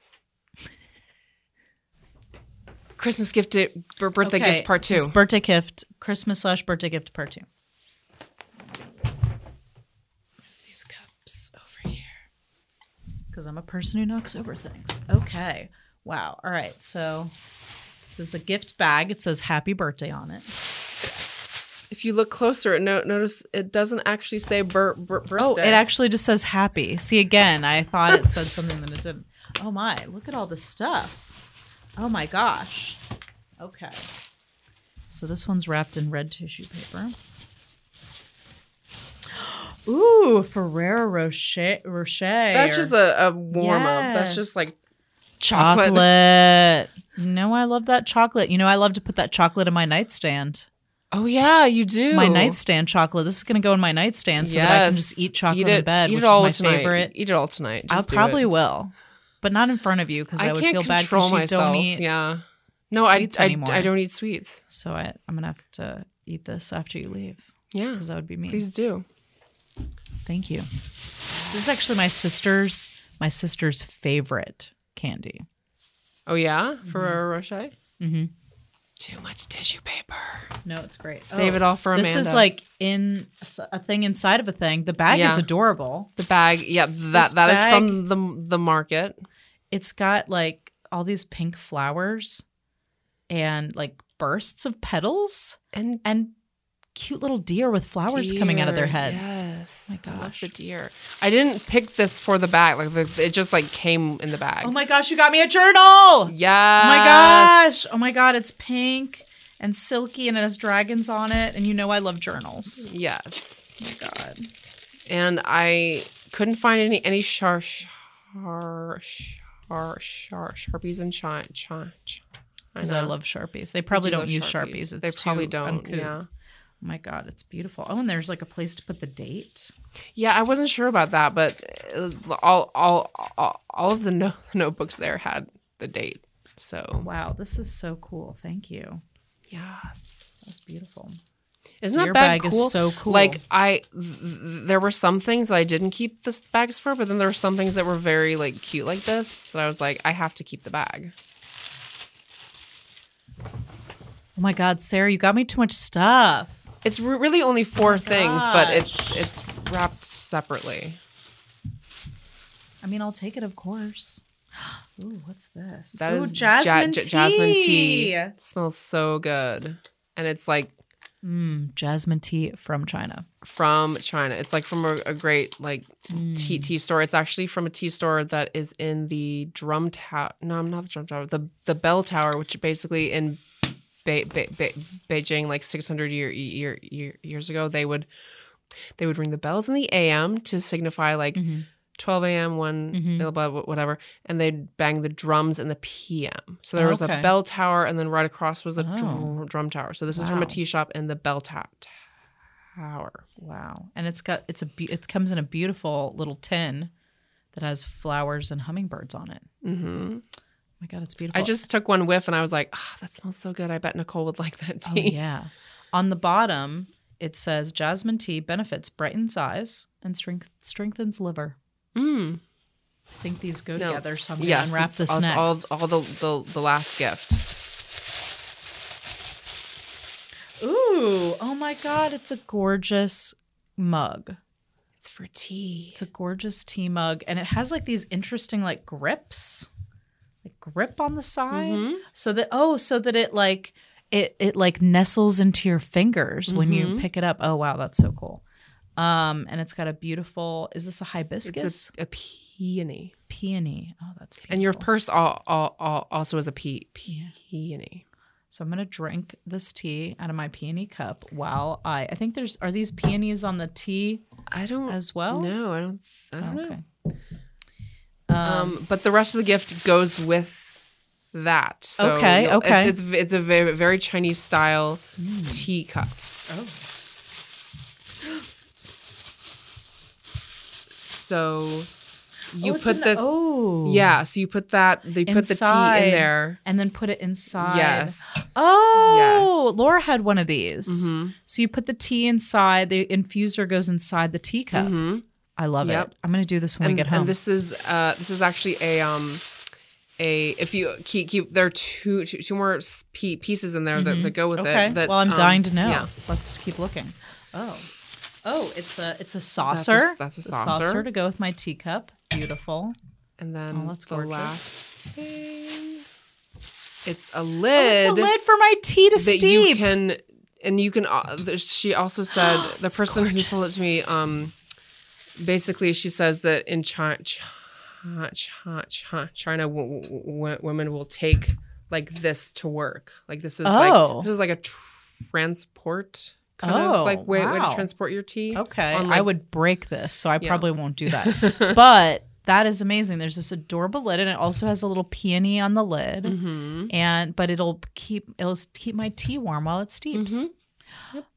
Speaker 1: Christmas gift, it, b- birthday
Speaker 2: Okay,
Speaker 1: gift part two.
Speaker 2: it's Birthday gift, Christmas slash birthday gift part two. These cups over here. Because I'm a person who knocks over things. Okay. Wow. All right. So this is a gift bag. It says happy birthday on it.
Speaker 1: if you look closer, no, notice it doesn't actually say bir- bir- birthday.
Speaker 2: Oh, it actually just says happy. See, again, I thought it said something that it didn't. Oh my, look at all this stuff. Oh my gosh. Okay. So this one's wrapped in red tissue paper. Ooh, Ferrero Rocher. Rocher
Speaker 1: That's
Speaker 2: or
Speaker 1: just a, a warm up. That's
Speaker 2: Yes.
Speaker 1: just like
Speaker 2: chocolate.
Speaker 1: chocolate.
Speaker 2: You know, I love that chocolate. You know, I love to put that chocolate in my nightstand.
Speaker 1: Oh yeah, you do.
Speaker 2: My nightstand chocolate. This is going to go in my nightstand so that I can just
Speaker 1: Yes.
Speaker 2: eat chocolate
Speaker 1: it,
Speaker 2: in bed,
Speaker 1: eat
Speaker 2: which
Speaker 1: it all
Speaker 2: is my
Speaker 1: tonight.
Speaker 2: favorite.
Speaker 1: Eat it all tonight.
Speaker 2: I
Speaker 1: Just do
Speaker 2: probably
Speaker 1: it.
Speaker 2: will, but not in front of you because I, would
Speaker 1: can't
Speaker 2: feel bad
Speaker 1: control
Speaker 2: because you
Speaker 1: myself.
Speaker 2: don't eat.
Speaker 1: yeah. No, I,
Speaker 2: sweets
Speaker 1: I
Speaker 2: anymore.
Speaker 1: I don't eat sweets.
Speaker 2: So I, I'm gonna have to eat this after you leave
Speaker 1: Yeah.
Speaker 2: because that would be me.
Speaker 1: Please do.
Speaker 2: Thank you. This is actually my sister's my sister's favorite candy.
Speaker 1: Oh yeah, Ferrero Rocher. Mm-hmm.
Speaker 2: Mhm.
Speaker 1: Too much tissue paper.
Speaker 2: No, it's great.
Speaker 1: Save it all for Amanda.
Speaker 2: Oh, This is like in s- a thing inside of a thing. The bag is
Speaker 1: Yeah.
Speaker 2: adorable.
Speaker 1: the bag. Yeah, that that is
Speaker 2: bag-
Speaker 1: from the the market.
Speaker 2: It's got like all these pink flowers and like bursts of petals
Speaker 1: And
Speaker 2: and cute little deer with flowers coming out of their
Speaker 1: Deer,
Speaker 2: heads.
Speaker 1: Yes.
Speaker 2: My
Speaker 1: I love
Speaker 2: gosh.
Speaker 1: the deer. I didn't pick this for the bag. Like the, it just like came in the bag.
Speaker 2: Oh my gosh, you got me a journal.
Speaker 1: yeah.
Speaker 2: Oh my gosh. Oh my god, it's pink and silky and it has dragons on it. And you know I love journals.
Speaker 1: Yes.
Speaker 2: Oh my god.
Speaker 1: and I couldn't find any any shar shar shar shar sharpies and shine shine.
Speaker 2: Because I love Sharpies. They probably do not use Sharpies. It's
Speaker 1: they probably
Speaker 2: too
Speaker 1: don't.
Speaker 2: uncouth.
Speaker 1: Yeah,
Speaker 2: Oh my god, it's beautiful. Oh, and there's like a place to put the date.
Speaker 1: yeah. I wasn't sure about that, but uh, all all all, all of the no- notebooks there had the date. So
Speaker 2: Wow, this is so cool. Thank you.
Speaker 1: yes,
Speaker 2: That's beautiful.
Speaker 1: Isn't
Speaker 2: Your
Speaker 1: that bag,
Speaker 2: bag is
Speaker 1: cool?
Speaker 2: so cool.
Speaker 1: Like I, th- th- there were some things that I didn't keep the bags for, but then there were some things that were very like cute, like this. That I was like, I have to keep the bag.
Speaker 2: Oh my God, Sarah, you got me too much stuff.
Speaker 1: It's re- really only four things, but
Speaker 2: gosh.
Speaker 1: it's it's wrapped separately.
Speaker 2: I mean, I'll take it, of course. Ooh, what's this?
Speaker 1: That
Speaker 2: Ooh,
Speaker 1: is ja- ja- jasmine tea. It smells so good, and it's like
Speaker 2: Mm, jasmine tea from China.
Speaker 1: from China. It's like from a, a great like tea
Speaker 2: Mm.
Speaker 1: tea store. It's actually from a tea store that is in the Drum Tower. No, I'm not the Drum Tower. The the Bell Tower, which basically in Bei- Bei- Bei- Beijing, like 600 year, year, year years ago, they would they would ring the bells in the a.m. to signify like
Speaker 2: Mm-hmm.
Speaker 1: 12 a.m. one
Speaker 2: Mhm.
Speaker 1: blah, blah, wh- whatever, and they'd bang the drums in the p.m. So there was
Speaker 2: Okay.
Speaker 1: a bell tower, and then right across was a
Speaker 2: Oh.
Speaker 1: drum, drum tower. So this is from
Speaker 2: Wow.
Speaker 1: a tea shop in the Bell ta- Tower.
Speaker 2: Wow, and it's got it's a be- it comes in a beautiful little tin that has flowers and hummingbirds on it. Oh
Speaker 1: hmm
Speaker 2: my God, it's beautiful.
Speaker 1: I just took one whiff and I was like, ah, that smells so good. I bet Nicole would like that
Speaker 2: Oh,
Speaker 1: tea.
Speaker 2: yeah. On the bottom, it says jasmine tea benefits brightens eyes and strength- strengthens liver.
Speaker 1: Mm.
Speaker 2: I think these go
Speaker 1: No.
Speaker 2: together, so I'm going to
Speaker 1: Yes,
Speaker 2: unwrap
Speaker 1: it's
Speaker 2: this
Speaker 1: all,
Speaker 2: next.
Speaker 1: All, all the, the, the last gift.
Speaker 2: Ooh, oh my God, it's a gorgeous mug.
Speaker 1: It's for tea.
Speaker 2: It's a gorgeous tea mug, and it has like these interesting like grips, like grip on the side,
Speaker 1: Mm-hmm.
Speaker 2: so that oh, so that it like it it like nestles into your fingers when
Speaker 1: Mm-hmm.
Speaker 2: you pick it up. Oh wow, that's so cool. Um, and it's got a beautiful. Is this a hibiscus?
Speaker 1: It's a, a peony.
Speaker 2: peony. Oh, that's beautiful.
Speaker 1: And your purse all, all, all, also is a pe- peony.
Speaker 2: so I'm gonna drink this tea out of my peony cup while I I think there's are these peonies on the tea
Speaker 1: I don't
Speaker 2: as well.
Speaker 1: No, I don't. I don't know.
Speaker 2: Okay.
Speaker 1: Um, but the rest of the gift goes with that. So
Speaker 2: Okay,
Speaker 1: you'll-
Speaker 2: okay.
Speaker 1: It's, it's it's a very very Chinese style
Speaker 2: hmm.
Speaker 1: tea cup.
Speaker 2: Oh.
Speaker 1: So you
Speaker 2: Oh, it's
Speaker 1: put
Speaker 2: in the-
Speaker 1: this.
Speaker 2: oh
Speaker 1: Yeah, so you put that they put the tea in
Speaker 2: Inside.
Speaker 1: there.
Speaker 2: and then put it inside.
Speaker 1: Yes.
Speaker 2: Oh, Laura had one of these.
Speaker 1: Mhm.
Speaker 2: So you put the tea inside. The infuser goes inside the teacup.
Speaker 1: Mhm.
Speaker 2: I love
Speaker 1: Yep.
Speaker 2: it. I'm gonna do this when
Speaker 1: And,
Speaker 2: we get
Speaker 1: and
Speaker 2: home.
Speaker 1: this is uh this is actually a um a if you keep keep there are two two, two more s- pe- pieces in there that, that go with
Speaker 2: okay.
Speaker 1: it. That,
Speaker 2: Mm-hmm. well, I'm
Speaker 1: um,
Speaker 2: dying to know.
Speaker 1: yeah.
Speaker 2: Let's keep looking. Oh, oh, it's a it's a
Speaker 1: That's
Speaker 2: saucer.
Speaker 1: a- That's a, saucer.
Speaker 2: to go with my teacup. Beautiful.
Speaker 1: And then
Speaker 2: Oh, that's
Speaker 1: the
Speaker 2: gorgeous.
Speaker 1: last thing. It's a lid.
Speaker 2: Oh, it's a lid for my tea to
Speaker 1: that you
Speaker 2: steep.
Speaker 1: can and you can uh, there's- she also said the
Speaker 2: It's
Speaker 1: person who sold it
Speaker 2: gorgeous.
Speaker 1: to me um basically she says that in china china, china, china w- w- w- women will take like this to work like this is
Speaker 2: Oh.
Speaker 1: like this is like a transport kind
Speaker 2: Oh,
Speaker 1: of like way, way
Speaker 2: wow.
Speaker 1: to transport your tea
Speaker 2: okay,
Speaker 1: on,
Speaker 2: I
Speaker 1: like-
Speaker 2: would break this, so I
Speaker 1: Yeah.
Speaker 2: probably won't do that. but that is amazing. There's this adorable lid, and it also has a little peony on the lid. Mm-hmm.
Speaker 1: Mhm.
Speaker 2: And but it'll keep it'll keep my tea warm while it steeps.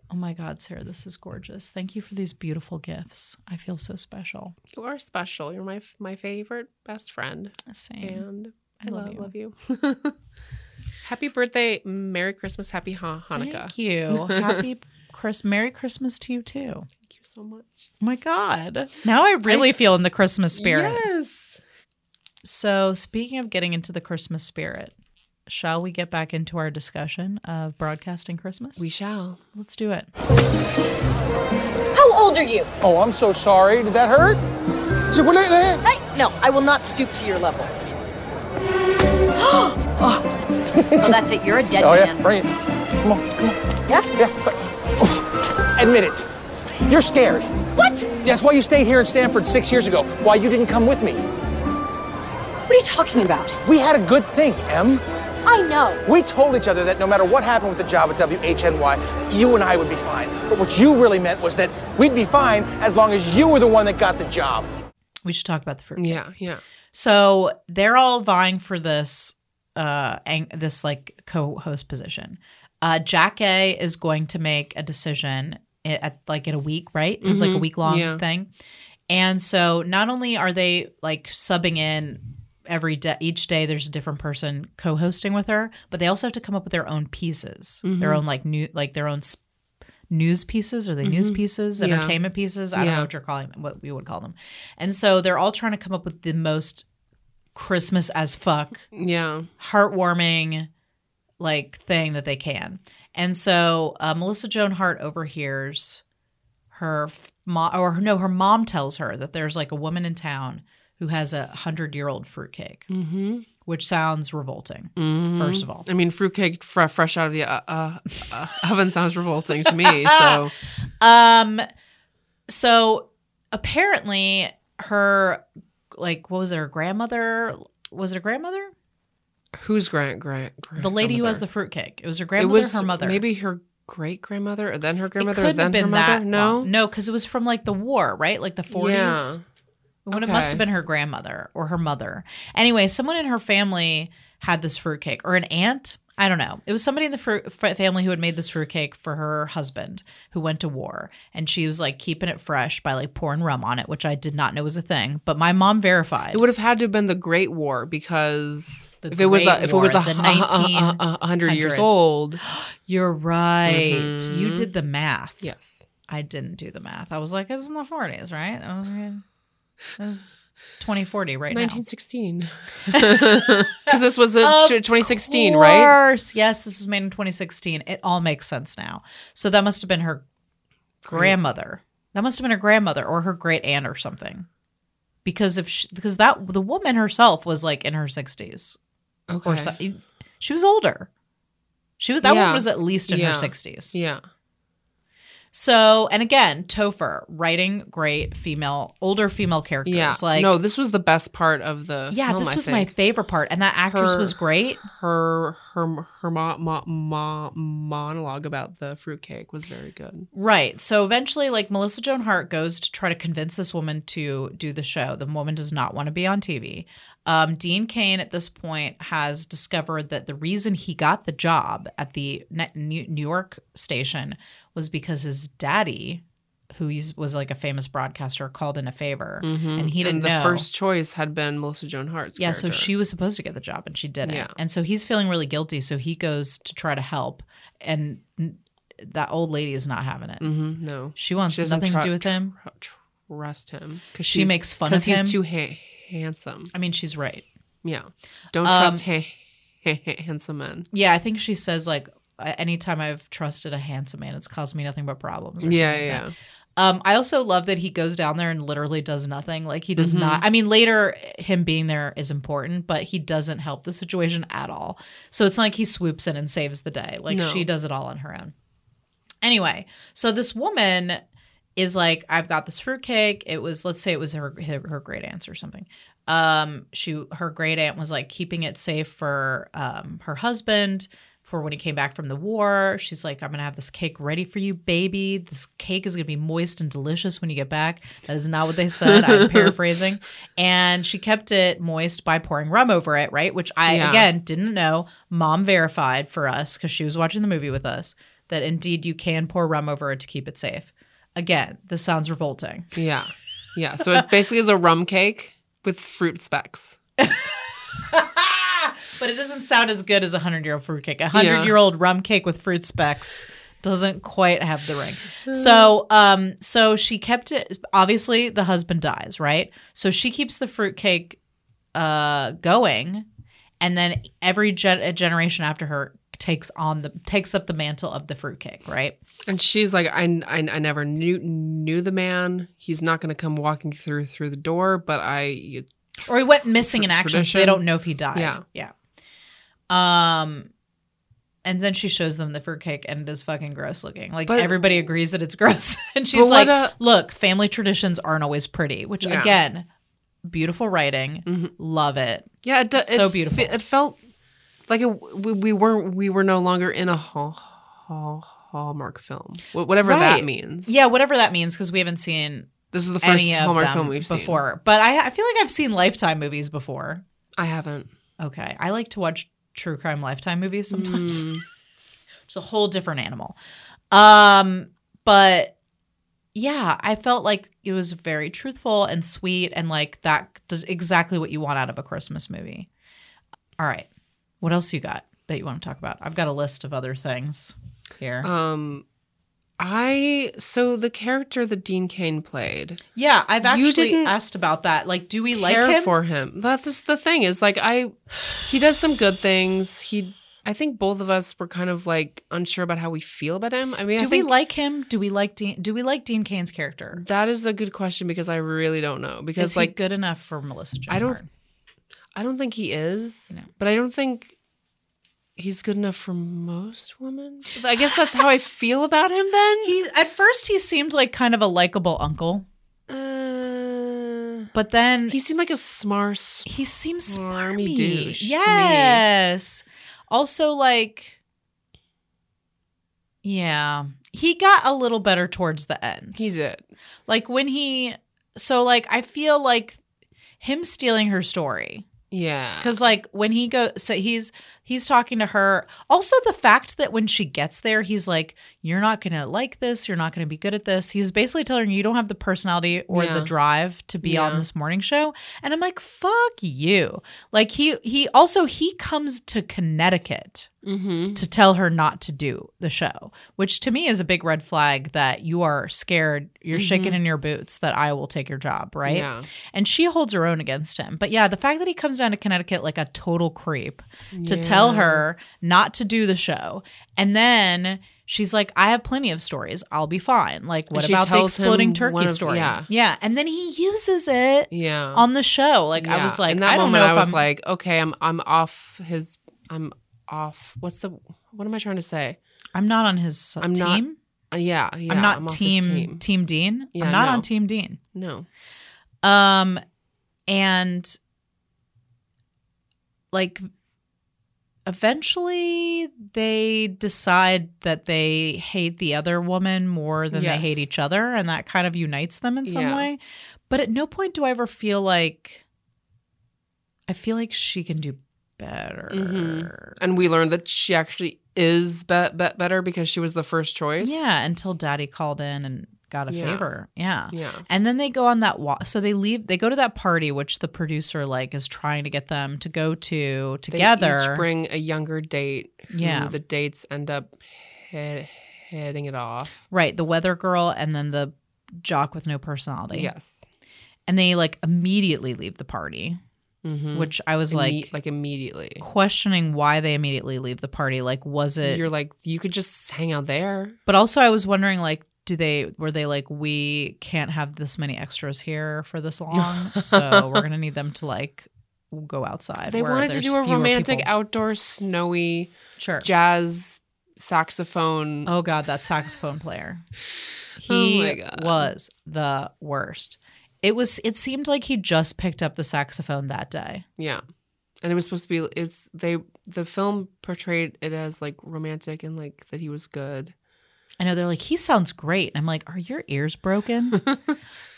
Speaker 2: Oh my God, Sarah, this is gorgeous. Thank you for these beautiful gifts. I feel so special.
Speaker 1: you are special you're my f- my favorite best friend
Speaker 2: Same.
Speaker 1: and
Speaker 2: I
Speaker 1: i,
Speaker 2: love
Speaker 1: love, love you, happy birthday merry christmas happy ha- hanukkah
Speaker 2: Thank you. Happy Chris Merry Christmas to you too.
Speaker 1: Thank you so much.
Speaker 2: Oh my God. Now I really feel in the Christmas spirit.
Speaker 1: Yes.
Speaker 2: So speaking of getting into the Christmas spirit, shall we get back into our discussion of broadcasting Christmas?
Speaker 1: We shall.
Speaker 2: Let's do it.
Speaker 3: How old are you?
Speaker 4: Oh, I'm so sorry. Did that hurt? Is it- what the heck?
Speaker 3: Hey, no, I will not stoop to your level. oh, that's it. You're a dead
Speaker 4: Oh, yeah.
Speaker 3: man.
Speaker 4: Bring it. Come on. Come on.
Speaker 3: Yeah?
Speaker 4: Yeah. but- Oof. Admit it. You're scared.
Speaker 3: What? What
Speaker 4: That's why you stayed here in Stanford six years ago. Why you didn't come with me.
Speaker 3: are you talking about?
Speaker 4: We had a good thing, Em.
Speaker 3: I know.
Speaker 4: We told each other that no matter what happened with the job at WHNY, that you and I would be fine. But what you really meant was that we'd be fine as long as you were the one that got the job.
Speaker 2: We should talk about the fruit.
Speaker 1: Yeah, yeah.
Speaker 2: So they're all vying for this uh ang- this like co-host position. Uh Jack A is going to make a decision i- at like in a week, right? It was like a week long
Speaker 1: Mm-hmm. Yeah.
Speaker 2: thing. And so not only are they like subbing in every day each day there's a different person co-hosting with her but they also have to come up with their own pieces their
Speaker 1: Mm-hmm.
Speaker 2: own like new like their own sp- news pieces or the news pieces
Speaker 1: Mm-hmm. Yeah.
Speaker 2: entertainment pieces i don't
Speaker 1: Yeah.
Speaker 2: know what you're calling them what we would call them and so they're all trying to come up with the most christmas as fuck
Speaker 1: Yeah.
Speaker 2: heartwarming like thing that they can. And so uh, Melissa Joan Hart overhears her f- mom, or no, her mom tells her that there's like a woman in town who has a hundred year old fruitcake,
Speaker 1: Mm-hmm.
Speaker 2: which sounds revolting. First of all,
Speaker 1: I mean, fruitcake fr- fresh out of the uh, uh, uh, oven sounds revolting to me. So
Speaker 2: Um, so apparently her like what was it? Her grandmother was it her grandmother?
Speaker 1: who's Grant Grant?
Speaker 2: The lady who has the
Speaker 1: grandmother?
Speaker 2: fruitcake. It was her grandmother. her mother.
Speaker 1: Maybe her great grandmother, or then her
Speaker 2: it
Speaker 1: grandmother, or
Speaker 2: couldn't
Speaker 1: then
Speaker 2: have been
Speaker 1: her mother.
Speaker 2: that
Speaker 1: no,
Speaker 2: long. no because it was from like the war right like the 40s
Speaker 1: Yeah.
Speaker 2: it would have
Speaker 1: Okay.
Speaker 2: must have been her grandmother or her mother anyway someone in her family had this fruitcake or an aunt i don't know it was somebody in the fruit f- family who had made this fruitcake for her husband who went to war and she was like keeping it fresh by like pouring rum on it which i did not know was a thing but my mom verified
Speaker 1: It would have had to have been the Great War because
Speaker 2: The
Speaker 1: if it was
Speaker 2: Great
Speaker 1: a, if it was a,
Speaker 2: War, the
Speaker 1: hu- uh, a- a- a- a hundred years
Speaker 2: 1900s.
Speaker 1: old,
Speaker 2: you're right you
Speaker 1: Mhm.
Speaker 2: did the math
Speaker 1: yes,
Speaker 2: I didn't do the math. I was like, this is in the 40s, right? I was like, this is 2040 right now.
Speaker 1: nineteen sixteen, because this was a
Speaker 2: Of
Speaker 1: twenty sixteen, right?
Speaker 2: course. Yes, this was made in 2016. It all makes sense now. So that must have been her grandmother. That must have been her grandmother or her great aunt or something. Because if she, because that the woman herself was like in her 60s
Speaker 1: Okay,
Speaker 2: or so- e, she was older. She was that
Speaker 1: Yeah.
Speaker 2: one was at least in
Speaker 1: Yeah.
Speaker 2: her 60s.
Speaker 1: yeah,
Speaker 2: So, and again, Topher writing great female, older female characters.
Speaker 1: yeah.
Speaker 2: Like,
Speaker 1: no, this was the best part of the
Speaker 2: yeah,
Speaker 1: film,
Speaker 2: this
Speaker 1: I
Speaker 2: was my
Speaker 1: think.
Speaker 2: favorite part. And that actress
Speaker 1: Her-
Speaker 2: was great.
Speaker 1: her her her mo- mo- mo- monologue about the fruitcake was very good.
Speaker 2: Right. So eventually, like Melissa Joan Hart goes to try to convince this woman to do the show. The woman does not want to be on TV. Um, Dean Kane at this point has discovered that the reason he got the job at the Ne- New New York station was because his daddy, who he's- was like a famous broadcaster, called in a favor, and he didn't
Speaker 1: Mm-hmm. And the
Speaker 2: know.
Speaker 1: first choice had been Melissa Joan Hart's.
Speaker 2: Yeah, so
Speaker 1: character.
Speaker 2: she was supposed to get the job and she didn't.
Speaker 1: Yeah.
Speaker 2: And so he's feeling really guilty. So he goes to try to help, and n- that old lady is not having it.
Speaker 1: Mhm, no,
Speaker 2: She wants
Speaker 1: She doesn't
Speaker 2: nothing
Speaker 1: tru-
Speaker 2: to do with him.
Speaker 1: tr- trust him because
Speaker 2: She makes fun of him.
Speaker 1: He's too ha- handsome.
Speaker 2: I mean, she's right.
Speaker 1: Yeah, don't
Speaker 2: Um,
Speaker 1: trust ha- ha- ha- handsome men.
Speaker 2: Yeah, I think she says like, "A- anytime I've trusted a handsome man, it's caused me nothing but problems. or
Speaker 1: Yeah,
Speaker 2: something like
Speaker 1: yeah.
Speaker 2: that. Um, I also love that he goes down there and literally does nothing. Like he
Speaker 1: Mm-hmm.
Speaker 2: does not. I mean, later him being there is important, but he doesn't help the situation at all. So it's not like he swoops in and saves the day. Like
Speaker 1: No.
Speaker 2: she does it all on her own. Anyway, so this woman is like, I've got this fruitcake. It was, let's say, it was her her, her great aunt's or something. Um, she her great aunt was like keeping it safe for um her husband for when he came back from the war. She's like, I'm gonna have this cake ready for you, baby. This cake is gonna be moist and delicious when you get back. That is not what they said. I'm paraphrasing. And she kept it moist by pouring rum over it, right? Which I
Speaker 1: Yeah.
Speaker 2: again didn't know. Mom verified for us because she was watching the movie with us that indeed you can pour rum over it to keep it safe. Again, this sounds revolting.
Speaker 1: Yeah. Yeah. So it's basically is a rum cake with fruit specks.
Speaker 2: But it doesn't sound as good as a hundred year old fruitcake. A hundred
Speaker 1: Yeah.
Speaker 2: year old rum cake with fruit specks doesn't quite have the ring. So um so she kept it obviously the husband dies, right? So she keeps the fruitcake uh going and then every gen- generation after her takes on the takes up the mantle of the fruitcake, right?
Speaker 1: And she's like, I, I, I never knew knew the man. He's not going to come walking through through the door, but I
Speaker 2: or he went missing in
Speaker 1: Tra-
Speaker 2: action, so they
Speaker 1: tradition.
Speaker 2: don't know if he died.
Speaker 1: Yeah.
Speaker 2: yeah. Um, and then she shows them the fruitcake, and it is fucking gross looking. Like
Speaker 1: But-
Speaker 2: everybody agrees that it's gross, and she's like,
Speaker 1: what
Speaker 2: "Look, family traditions aren't always pretty." Which
Speaker 1: Yeah. Mm-hmm.
Speaker 2: again, beautiful writing, love it.
Speaker 1: yeah, it do, it
Speaker 2: So
Speaker 1: fe-
Speaker 2: beautiful.
Speaker 1: it felt like it, we we weren't we were no longer in a hall, hall, hallmark film, Wh- whatever
Speaker 2: Right.
Speaker 1: that means.
Speaker 2: Yeah, whatever that means, because we haven't seen
Speaker 1: This is the first
Speaker 2: any of
Speaker 1: hallmark
Speaker 2: them
Speaker 1: film we've seen.
Speaker 2: before. But I, I feel like I've seen Lifetime movies before.
Speaker 1: I haven't.
Speaker 2: Okay, I like to watch true crime Lifetime movies
Speaker 1: Mm.
Speaker 2: sometimes. it's a whole different animal. Um, but yeah, I felt like it was very truthful and sweet and like that does exactly what you want out of a Christmas movie. All right. What else you got that you want to talk about? I've got a list of other things here.
Speaker 1: Um, I so the character that Dean Kane played
Speaker 2: yeah, I've
Speaker 1: you
Speaker 2: actually
Speaker 1: didn't
Speaker 2: asked about that. Like, do we like
Speaker 1: care
Speaker 2: him?
Speaker 1: for him. That's the thing is like I, he does some good things. He, I think both of us were kind of like unsure about how we feel about him. I mean,
Speaker 2: do
Speaker 1: I
Speaker 2: we
Speaker 1: think
Speaker 2: like him? Do we like Dean? Do we like Dean Kane's character?
Speaker 1: that is a good question because I really don't know because
Speaker 2: Is he
Speaker 1: like
Speaker 2: good enough for Melissa Joan
Speaker 1: I don't-
Speaker 2: Hart?
Speaker 1: I don't think he is,
Speaker 2: No.
Speaker 1: but I don't think he's good enough for most women. I guess that's how I feel about him then.
Speaker 2: He at first he seemed like kind of a likable uncle,
Speaker 1: Uh,
Speaker 2: but then
Speaker 1: he seemed like a smart. s-
Speaker 2: He seems
Speaker 1: Smarmy
Speaker 2: smarmy.
Speaker 1: douche to me.
Speaker 2: yes. Also, like, yeah, he got a little better towards the end.
Speaker 1: He did.
Speaker 2: Like when he, so like I feel like him stealing her story
Speaker 1: Yeah.
Speaker 2: because like when he go, so he's he's talking to her. Also, the fact that when she gets there, he's like, "You're not gonna like this. You're not gonna be good at this." He's basically telling her, "You don't have the personality or
Speaker 1: Yeah.
Speaker 2: the drive to be on
Speaker 1: Yeah.
Speaker 2: this morning show." And I'm like, "Fuck you!" Like he he also he comes to Connecticut
Speaker 1: Mm-hmm.
Speaker 2: to tell her not to do the show, which to me is a big red flag that you are scared, you're shaking in your boots that I will take your job, right?
Speaker 1: Mm-hmm. Yeah.
Speaker 2: And she holds her own against him. But yeah, the fact that he comes down to Connecticut like a total creep to tell her not to do the show. And then she's like, I have plenty of stories. I'll be fine. Like, what
Speaker 1: she
Speaker 2: about the
Speaker 1: tells him
Speaker 2: exploding
Speaker 1: one
Speaker 2: turkey
Speaker 1: of-
Speaker 2: story?
Speaker 1: yeah.
Speaker 2: Yeah. And then he uses it
Speaker 1: Yeah.
Speaker 2: on the show. Like, I
Speaker 1: Yeah.
Speaker 2: was like,
Speaker 1: in that
Speaker 2: I don't
Speaker 1: moment,
Speaker 2: know if
Speaker 1: I was
Speaker 2: I'm
Speaker 1: like, okay, I'm I'm off his. I'm off. What's the? What am I trying to say?
Speaker 2: I'm not on his
Speaker 1: I'm
Speaker 2: team.
Speaker 1: not- Uh, yeah, yeah.
Speaker 2: I'm not
Speaker 1: off his
Speaker 2: team, team Dean.
Speaker 1: Yeah,
Speaker 2: I'm not
Speaker 1: no.
Speaker 2: on team Dean.
Speaker 1: No.
Speaker 2: Um, and like eventually they decide that they hate the other woman more than
Speaker 1: Yes.
Speaker 2: they hate each other and that kind of unites them in some
Speaker 1: Yeah.
Speaker 2: way. But at no point do I ever feel like I feel like she can do better.
Speaker 1: Mhm. And we learned that she actually is be- be- better because she was the first choice.
Speaker 2: Yeah, until daddy called in and got a
Speaker 1: Yeah.
Speaker 2: favor. Yeah.
Speaker 1: Yeah.
Speaker 2: And then they go on that walk. So they leave, they go to that party, which the producer like is trying to get them to go to
Speaker 1: They
Speaker 2: together.
Speaker 1: each bring a younger date. Who
Speaker 2: Yeah.
Speaker 1: The dates end up hit, hitting it off.
Speaker 2: right. The weather girl and then the jock with no personality.
Speaker 1: Yes.
Speaker 2: And they like immediately leave the party,
Speaker 1: Mm-hmm.
Speaker 2: which I was
Speaker 1: like,
Speaker 2: like,
Speaker 1: like immediately.
Speaker 2: questioning why they immediately leave the party. Like, was it,
Speaker 1: You're like, you could just hang out there.
Speaker 2: but also I was wondering, like, do they were they like we can't have this many extras here for this long, so we're gonna need them to like go outside.
Speaker 1: They
Speaker 2: where
Speaker 1: wanted to
Speaker 2: there's
Speaker 1: do a
Speaker 2: fewer
Speaker 1: romantic
Speaker 2: people.
Speaker 1: outdoor snowy
Speaker 2: sure.
Speaker 1: jazz saxophone.
Speaker 2: Oh god, that saxophone player.
Speaker 1: Oh my
Speaker 2: He
Speaker 1: God.
Speaker 2: was the worst. It was it seemed like he just picked up the saxophone that day.
Speaker 1: Yeah. And it was supposed to be it's they the film portrayed it as like romantic and like that he was good.
Speaker 2: I know they're like he sounds great. And I'm like, are your ears broken?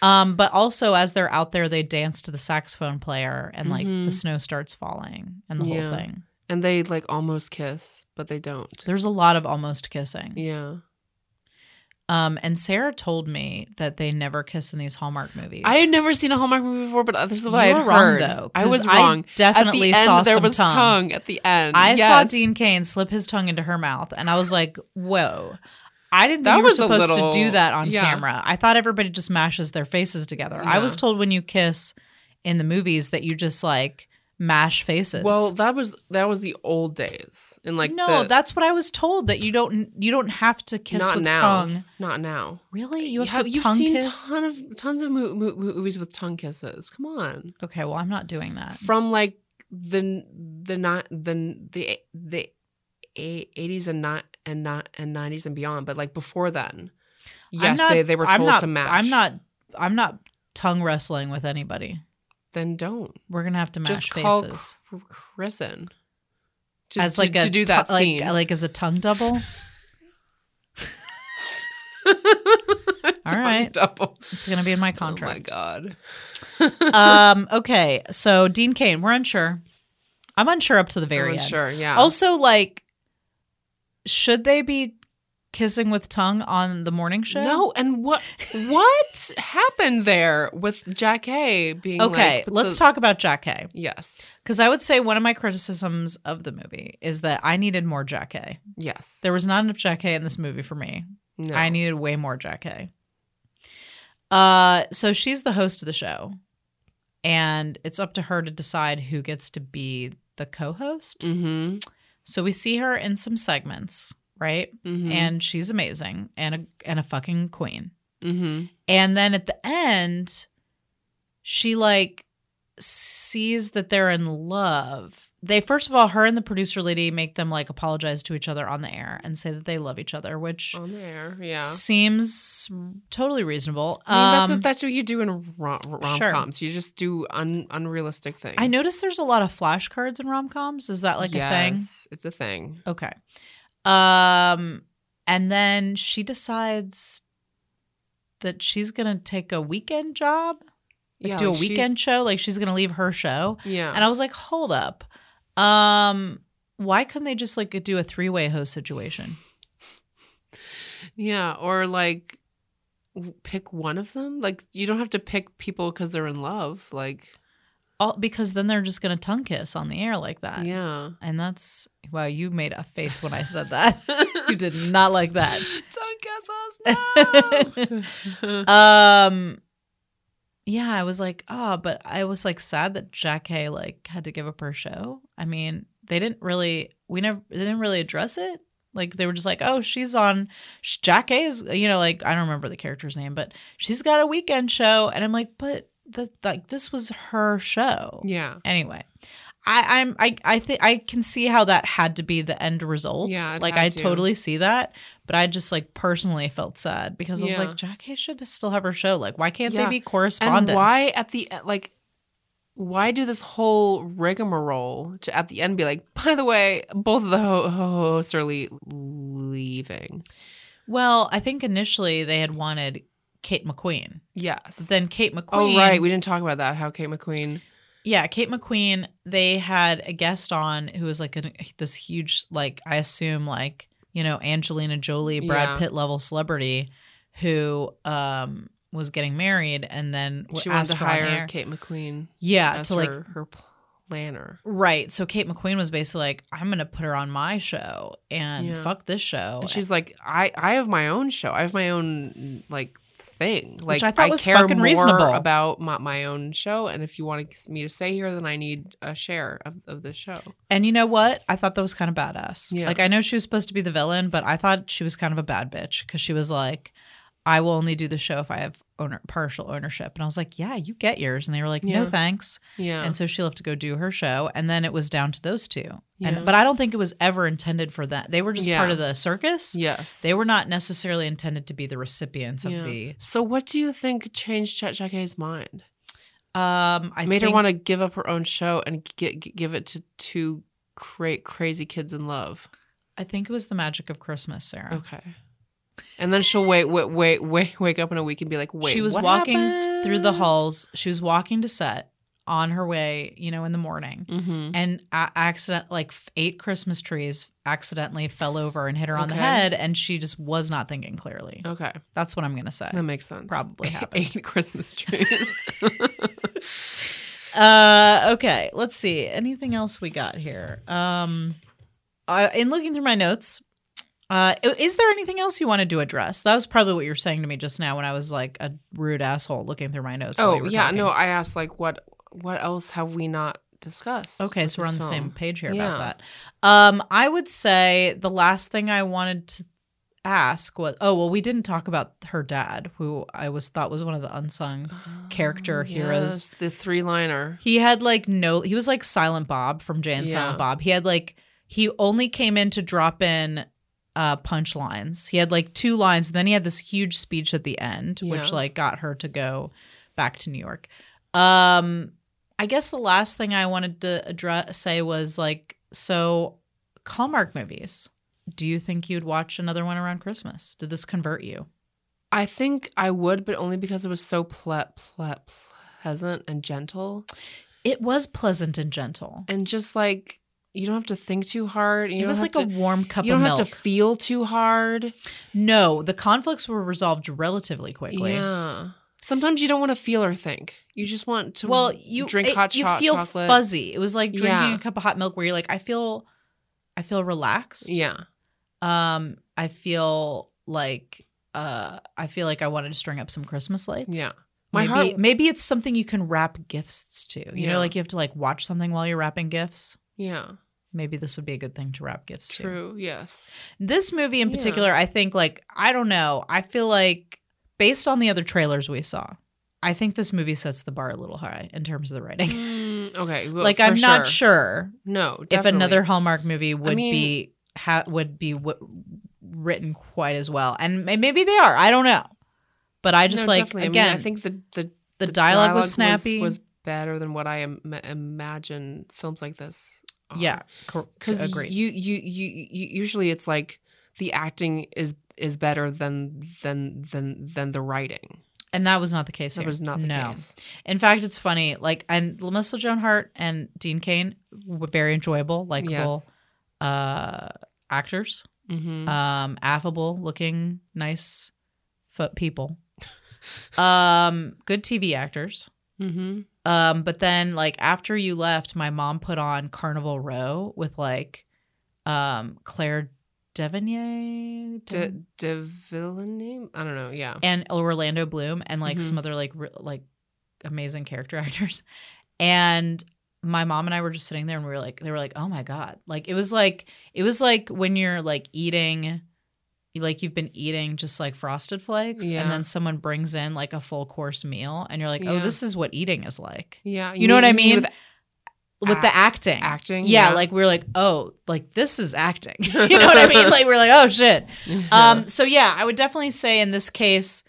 Speaker 2: um but also as they're out there they dance to the saxophone player and like the snow starts falling and the
Speaker 1: Mm-hmm. Yeah.
Speaker 2: whole thing.
Speaker 1: And they like almost kiss, but they don't.
Speaker 2: There's a lot of almost kissing.
Speaker 1: Yeah.
Speaker 2: Um and Sarah told me that they never kiss in these Hallmark movies.
Speaker 1: I had never seen a Hallmark movie before, but this is what I
Speaker 2: You
Speaker 1: had
Speaker 2: were wrong,
Speaker 1: heard.
Speaker 2: though,
Speaker 1: I
Speaker 2: 'cause
Speaker 1: was
Speaker 2: I
Speaker 1: wrong.
Speaker 2: definitely
Speaker 1: at the end,
Speaker 2: saw
Speaker 1: there
Speaker 2: some
Speaker 1: was
Speaker 2: tongue.
Speaker 1: at the end.
Speaker 2: I saw
Speaker 1: Yes.
Speaker 2: Dean Kane slip his tongue into her mouth, and I was like, "Whoa." I didn't think
Speaker 1: That
Speaker 2: you were
Speaker 1: was a
Speaker 2: supposed
Speaker 1: little-
Speaker 2: to do that on
Speaker 1: yeah.
Speaker 2: camera. I thought everybody just mashes their faces together. I
Speaker 1: Yeah.
Speaker 2: was told when you kiss in the movies that you just like mash faces.
Speaker 1: Well, that was that was the old days, and like
Speaker 2: no,
Speaker 1: the,
Speaker 2: that's what I was told that you don't you don't have to kiss
Speaker 1: not
Speaker 2: with
Speaker 1: now,
Speaker 2: tongue.
Speaker 1: not now.
Speaker 2: Really, you have to
Speaker 1: you've
Speaker 2: tongue
Speaker 1: seen
Speaker 2: kiss?
Speaker 1: ton of tons of mo- mo- movies with tongue kisses. Come on,
Speaker 2: okay, well, I'm not doing that.
Speaker 1: from like the the not the the the eighties and not and not and nineties and beyond, but like before then,
Speaker 2: I'm
Speaker 1: yes,
Speaker 2: not-
Speaker 1: they they were
Speaker 2: I'm
Speaker 1: told
Speaker 2: not-
Speaker 1: to match.
Speaker 2: I'm not. I'm not tongue wrestling with anybody.
Speaker 1: Then don't.
Speaker 2: We're gonna have to mash
Speaker 1: just call
Speaker 2: faces.
Speaker 1: cr- Kristen to,
Speaker 2: as
Speaker 1: to-
Speaker 2: like
Speaker 1: to,
Speaker 2: a
Speaker 1: do
Speaker 2: tu-
Speaker 1: that
Speaker 2: like,
Speaker 1: scene.
Speaker 2: like as a tongue double. All
Speaker 1: Tongue
Speaker 2: right,
Speaker 1: double.
Speaker 2: it's gonna be in my
Speaker 1: Oh my
Speaker 2: contract.
Speaker 1: god. Oh
Speaker 2: um, okay, so Dean Kane, we're unsure. I'm unsure up to the very
Speaker 1: I'm
Speaker 2: end.
Speaker 1: sure. Yeah.
Speaker 2: Also, like, should they be kissing with tongue on the morning show?
Speaker 1: No, and what what happened there with Jack A being
Speaker 2: Okay,
Speaker 1: like, but
Speaker 2: let's
Speaker 1: the-
Speaker 2: talk about Jack A.
Speaker 1: Yes,
Speaker 2: Because I would say one of my criticisms of the movie is that I needed more Jack A.
Speaker 1: yes.
Speaker 2: There was not enough Jack A in this movie for me.
Speaker 1: No.
Speaker 2: I needed way more Jack A. Uh, so she's the host of the show, and it's up to her to decide who gets to be the co-host.
Speaker 1: Mm-hmm.
Speaker 2: So we see her in some segments, right?
Speaker 1: Mhm.
Speaker 2: And she's amazing and a and a fucking queen.
Speaker 1: Mm-hmm.
Speaker 2: And then at the end, she like sees that they're in love. They first of all, her and the producer lady make them like apologize to each other on the air and say that they love each other, which
Speaker 1: On there, yeah.
Speaker 2: seems totally reasonable.
Speaker 1: I mean, that's
Speaker 2: Um,
Speaker 1: what that's what you do in rom coms. You just do un- unrealistic things.
Speaker 2: I noticed there's a lot of flashcards in rom coms. Is that like a thing?
Speaker 1: Yes, It's a thing.
Speaker 2: Okay. Um, and then she decides that she's gonna take a weekend job, like
Speaker 1: yeah,
Speaker 2: do
Speaker 1: like
Speaker 2: a
Speaker 1: she's-
Speaker 2: weekend show. Like she's gonna leave her show.
Speaker 1: Yeah,
Speaker 2: And I was like, hold up. Um, why couldn't they just like do a three way host situation?
Speaker 1: yeah, or like w- pick one of them. Like you don't have to pick people because they're in love. Like
Speaker 2: All, because then they're just gonna tongue kiss on the air like that.
Speaker 1: yeah,
Speaker 2: And that's wow, you made a face when I said that. you did not like that.
Speaker 1: don't guess us. No.
Speaker 2: Um yeah, I was like, ah, but I was like sad that Jack Hay like had to give up her show. I mean, they didn't really we never they didn't really address it. Like they were just like, oh, she's on sh- Jack Hay is you know like I don't remember the character's name, but she's got a weekend show, and I'm like, but the, like this was her show.
Speaker 1: yeah,
Speaker 2: Anyway, I, I'm I I think I can see how that had to be the end result.
Speaker 1: Yeah, it
Speaker 2: like
Speaker 1: had
Speaker 2: I
Speaker 1: to.
Speaker 2: totally see that, but I just like personally felt sad because I
Speaker 1: Yeah.
Speaker 2: was like, Jackie should still have her show. Like, why can't
Speaker 1: Yeah.
Speaker 2: they be
Speaker 1: and
Speaker 2: correspondents?
Speaker 1: why at the like. Why do this whole rigmarole to at the end be like? By the way, both of the ho- ho- hosts are le- leaving.
Speaker 2: Well, I think initially they had wanted Kate McQueen.
Speaker 1: Yes.
Speaker 2: But then Kate McQueen.
Speaker 1: Oh right, we didn't talk about that. How Kate McQueen.
Speaker 2: Yeah, Kate McQueen. They had a guest on who was like an, this huge, like I assume, like you know Angelina Jolie, Brad
Speaker 1: Yeah.
Speaker 2: Pitt level celebrity, who um was getting married, and then w-
Speaker 1: She wanted
Speaker 2: asked
Speaker 1: to
Speaker 2: her on
Speaker 1: hire
Speaker 2: air-
Speaker 1: Kate McQueen
Speaker 2: yeah,
Speaker 1: as
Speaker 2: Uh, to like
Speaker 1: her, her planner.
Speaker 2: right. So Kate McQueen was basically like, I'm gonna put her on my show and
Speaker 1: Yeah.
Speaker 2: fuck this show.
Speaker 1: And she's like, I, I have my own show. I have my own like thing. Like
Speaker 2: I thought was
Speaker 1: care
Speaker 2: fucking
Speaker 1: more
Speaker 2: reasonable.
Speaker 1: about my, my own show. And if you want me to stay here, then I need a share of, of this show.
Speaker 2: And you know what? I thought that was kind of badass.
Speaker 1: Yeah.
Speaker 2: Like I know she was supposed to be the villain, but I thought she was kind of a bad bitch because she was like, "I will only do the show if I have owner partial ownership." And I was like, "Yeah, you get yours." And they were like,
Speaker 1: Yeah.
Speaker 2: "No, thanks."
Speaker 1: Yeah.
Speaker 2: And so she left to go do her show, and then it was down to those two.
Speaker 1: Yeah.
Speaker 2: And but I don't think it was ever intended for that. They were just
Speaker 1: Yeah.
Speaker 2: part of the circus.
Speaker 1: yes.
Speaker 2: They were not necessarily intended to be the recipients of
Speaker 1: Yeah.
Speaker 2: the.
Speaker 1: So what do you think changed Chet Jacket's mind?
Speaker 2: Um, I
Speaker 1: Made her
Speaker 2: think,
Speaker 1: want to give up her own show and get, give it to two cra- crazy kids in love.
Speaker 2: I think it was the magic of Christmas, Sarah.
Speaker 1: Okay. And then she'll wait, wait, wait, wait, wake up in a week and be like, wait,
Speaker 2: she was
Speaker 1: what
Speaker 2: walking through the
Speaker 1: happened?
Speaker 2: halls. She was walking to set on her way, you know, in the morning,
Speaker 1: Mhm.
Speaker 2: and a- accident like f- eight Christmas trees accidentally fell over and hit her on
Speaker 1: Okay. Oh.
Speaker 2: the head, and she just was not thinking clearly.
Speaker 1: Okay,
Speaker 2: That's what I'm gonna say.
Speaker 1: that makes sense.
Speaker 2: Probably happened.
Speaker 1: eight Christmas trees.
Speaker 2: Uh, okay, let's see. Anything else we got here? Um, I, in looking through my notes, uh, i- is there anything else you wanted to address? That was probably what you were saying to me just now when I was like a rude asshole looking through my notes. while we
Speaker 1: oh
Speaker 2: were
Speaker 1: yeah,
Speaker 2: talking.
Speaker 1: no, I asked like, what, what else have we not discussed?
Speaker 2: Okay,
Speaker 1: with
Speaker 2: so we're
Speaker 1: this
Speaker 2: on the same
Speaker 1: film?
Speaker 2: page here
Speaker 1: Yeah.
Speaker 2: about that. Um, I would say the last thing I wanted to ask was, oh well, we didn't talk about her dad, who I was thought was one of the unsung character heroes.
Speaker 1: Oh, Yes, the three liner.
Speaker 2: He had like no, he was like Silent Bob from Jay and
Speaker 1: Yeah.
Speaker 2: Silent Bob. He had like, he only came in to drop in uh punchlines. He had like two lines, and then he had this huge speech at the end, which
Speaker 1: Yeah.
Speaker 2: like got her to go back to New York. Um, I guess the last thing I wanted to address say was like, so Hallmark movies. Do you think you'd watch another one around Christmas? Did this convert you?
Speaker 1: I think I would, but only because it was so ple- ple- pleasant and gentle,
Speaker 2: It was pleasant and gentle.
Speaker 1: and just like you don't have to think too hard. and You
Speaker 2: It
Speaker 1: don't
Speaker 2: was
Speaker 1: have
Speaker 2: like a
Speaker 1: to-
Speaker 2: warm cup
Speaker 1: You don't
Speaker 2: of
Speaker 1: have
Speaker 2: milk.
Speaker 1: to feel too hard.
Speaker 2: no, the conflicts were resolved relatively quickly.
Speaker 1: Yeah. Sometimes you don't want to feel or think. You just want to
Speaker 2: Well, you
Speaker 1: Mm, drink
Speaker 2: it-
Speaker 1: hot
Speaker 2: you
Speaker 1: cho-
Speaker 2: feel
Speaker 1: chocolate.
Speaker 2: fuzzy. It was like drinking
Speaker 1: Yeah.
Speaker 2: a cup of hot milk where you're like, I feel I feel relaxed.
Speaker 1: Yeah.
Speaker 2: Um, I feel like uh I feel like I wanted to string up some Christmas lights.
Speaker 1: Yeah. My
Speaker 2: maybe,
Speaker 1: heart
Speaker 2: maybe it's something you can wrap gifts to. You
Speaker 1: Yeah.
Speaker 2: know, like you have to like watch something while you're wrapping gifts.
Speaker 1: Yeah.
Speaker 2: Maybe this would be a good thing to wrap gifts to.
Speaker 1: True. Yes.
Speaker 2: This movie in
Speaker 1: Yeah.
Speaker 2: particular, I think, like, I don't know. I feel like, based on the other trailers we saw, I think this movie sets the bar a little high in terms of the writing.
Speaker 1: Mm, okay. well,
Speaker 2: like,
Speaker 1: for
Speaker 2: I'm not
Speaker 1: sure.
Speaker 2: sure
Speaker 1: No.
Speaker 2: if
Speaker 1: definitely.
Speaker 2: another Hallmark movie would
Speaker 1: mean-
Speaker 2: be ha- would be w- written quite as well, and may- maybe they are. I don't know, but I just
Speaker 1: No,
Speaker 2: like
Speaker 1: definitely.
Speaker 2: again,
Speaker 1: I, mean, I think the the,
Speaker 2: the, dialogue, was snappy.
Speaker 1: Was, better than what I im- imagine films like this. Are.
Speaker 2: yeah, cor-
Speaker 1: because
Speaker 2: agreed.
Speaker 1: you, you you you usually it's like the acting is is better than than than than the writing.
Speaker 2: and that was not the case.
Speaker 1: That
Speaker 2: here.
Speaker 1: was not the
Speaker 2: no.
Speaker 1: case.
Speaker 2: In fact, it's funny. Like, and Melissa Joan Hart and Dean Kane were very enjoyable, likable
Speaker 1: Yes.
Speaker 2: uh, actors,
Speaker 1: Mm-hmm.
Speaker 2: um, affable looking, nice foot people, um, good TV actors.
Speaker 1: mm-hmm.
Speaker 2: Um, but then, like after you left, my mom put on Carnival Row with like um, Claire Devigne
Speaker 1: De, de Villeneuve? I don't know. Yeah.
Speaker 2: and Orlando Bloom and like
Speaker 1: Mhm.
Speaker 2: some other like re- like amazing character actors. And my mom and I were just sitting there and we were like they were like, "Oh my god." Like it was like it was like when you're like eating like you've been eating just like frosted flakes
Speaker 1: Yeah.
Speaker 2: and then someone brings in like a full course meal and you're like, "Oh,
Speaker 1: Yeah.
Speaker 2: this is what eating is like."
Speaker 1: Yeah.
Speaker 2: You know what I mean?
Speaker 1: with
Speaker 2: With the acting.
Speaker 1: acting.
Speaker 2: Yeah, like we were like, "Oh, like this is acting." you know what I mean? Like we're like, "Oh shit." Um, so yeah, I would definitely say in this case,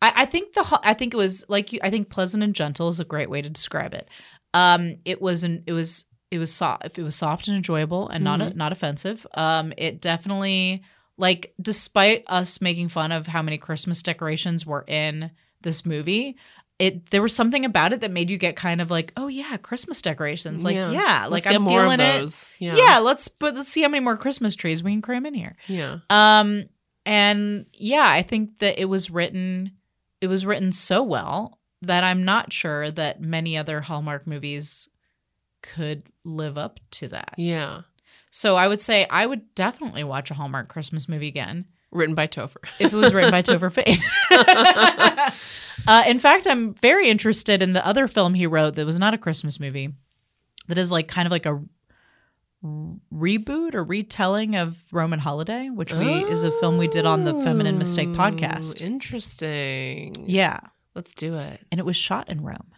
Speaker 2: I, I think the ho- I think it was like you, I think pleasant and gentle is a great way to describe it. Um, it was an it was it was soft it was soft and enjoyable and not
Speaker 1: Mm-hmm.
Speaker 2: not offensive. Um, it definitely like despite us making fun of how many Christmas decorations were in this movie. It, there was something about it that made you get kind of like, oh yeah, Christmas decorations. Like yeah, like
Speaker 1: Let's get
Speaker 2: I'm
Speaker 1: more
Speaker 2: feeling
Speaker 1: of
Speaker 2: it.
Speaker 1: those.
Speaker 2: Yeah.
Speaker 1: Yeah.
Speaker 2: let's but let's see how many more Christmas trees we can cram in here.
Speaker 1: Yeah.
Speaker 2: Um, and yeah, I think that it was written, it was written so well that I'm not sure that many other Hallmark movies could live up to that.
Speaker 1: Yeah.
Speaker 2: So I would say I would definitely watch a Hallmark Christmas movie again
Speaker 1: Written by Topher.
Speaker 2: if it was written by Topher Fane. uh, in fact, I'm very interested in the other film he wrote that was not a Christmas movie, that is like kind of like a r- reboot or retelling of Roman Holiday, which we is a film we did on the Feminine Mistake
Speaker 1: Oh, Ooh,
Speaker 2: podcast.
Speaker 1: Interesting.
Speaker 2: Yeah,
Speaker 1: Let's do it.
Speaker 2: and it was shot in Rome.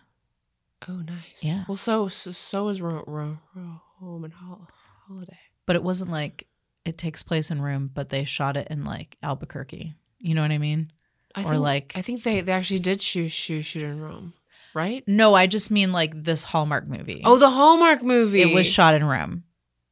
Speaker 1: Oh, nice.
Speaker 2: Yeah.
Speaker 1: Well, so so, so is Ro- Ro- Ro- Roman Hol- Holiday.
Speaker 2: but it wasn't like it takes place in Rome, but they shot it in like Albuquerque. You know what I mean?
Speaker 1: I
Speaker 2: Or
Speaker 1: think,
Speaker 2: like-
Speaker 1: I think they, they actually did shoot shoot shoot in Rome, right?
Speaker 2: No, I just mean like this Hallmark movie.
Speaker 1: Oh, the Hallmark movie.
Speaker 2: it was shot in Rome,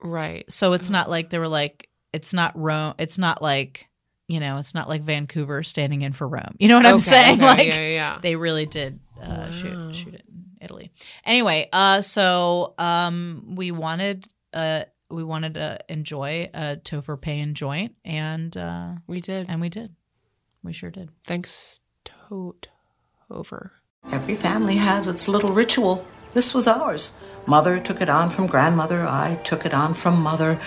Speaker 1: right.
Speaker 2: so it's not like they were like it's not Rome. It's not like you know, it's not like Vancouver standing in for Rome. You know what I'm
Speaker 1: Okay,
Speaker 2: saying?
Speaker 1: okay,
Speaker 2: like
Speaker 1: yeah, yeah,
Speaker 2: they really did uh,
Speaker 1: Wow.
Speaker 2: shoot shoot it in Italy. Anyway, uh, so um, we wanted uh, we wanted to enjoy a Topher Payne joint, and uh,
Speaker 1: we did.
Speaker 2: and we did. We sure did.
Speaker 1: Thanks, Toad. Over.
Speaker 5: Every family has its little ritual. This was ours. Mother took it on from grandmother, I took it on from mother,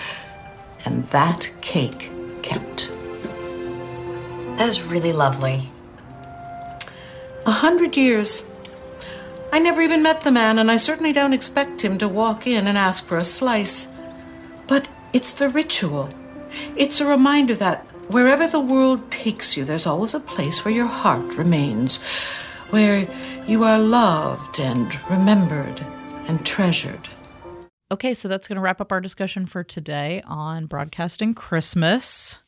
Speaker 5: and that cake kept.
Speaker 3: That is really lovely.
Speaker 5: A hundred years. I never even met the man, and I certainly don't expect him to walk in and ask for a slice. But it's the ritual. It's a reminder that wherever the world takes you, there's always a place where your heart remains, where you are loved and remembered and treasured.
Speaker 2: Okay, so that's going to wrap up our discussion for today on broadcasting Christmas.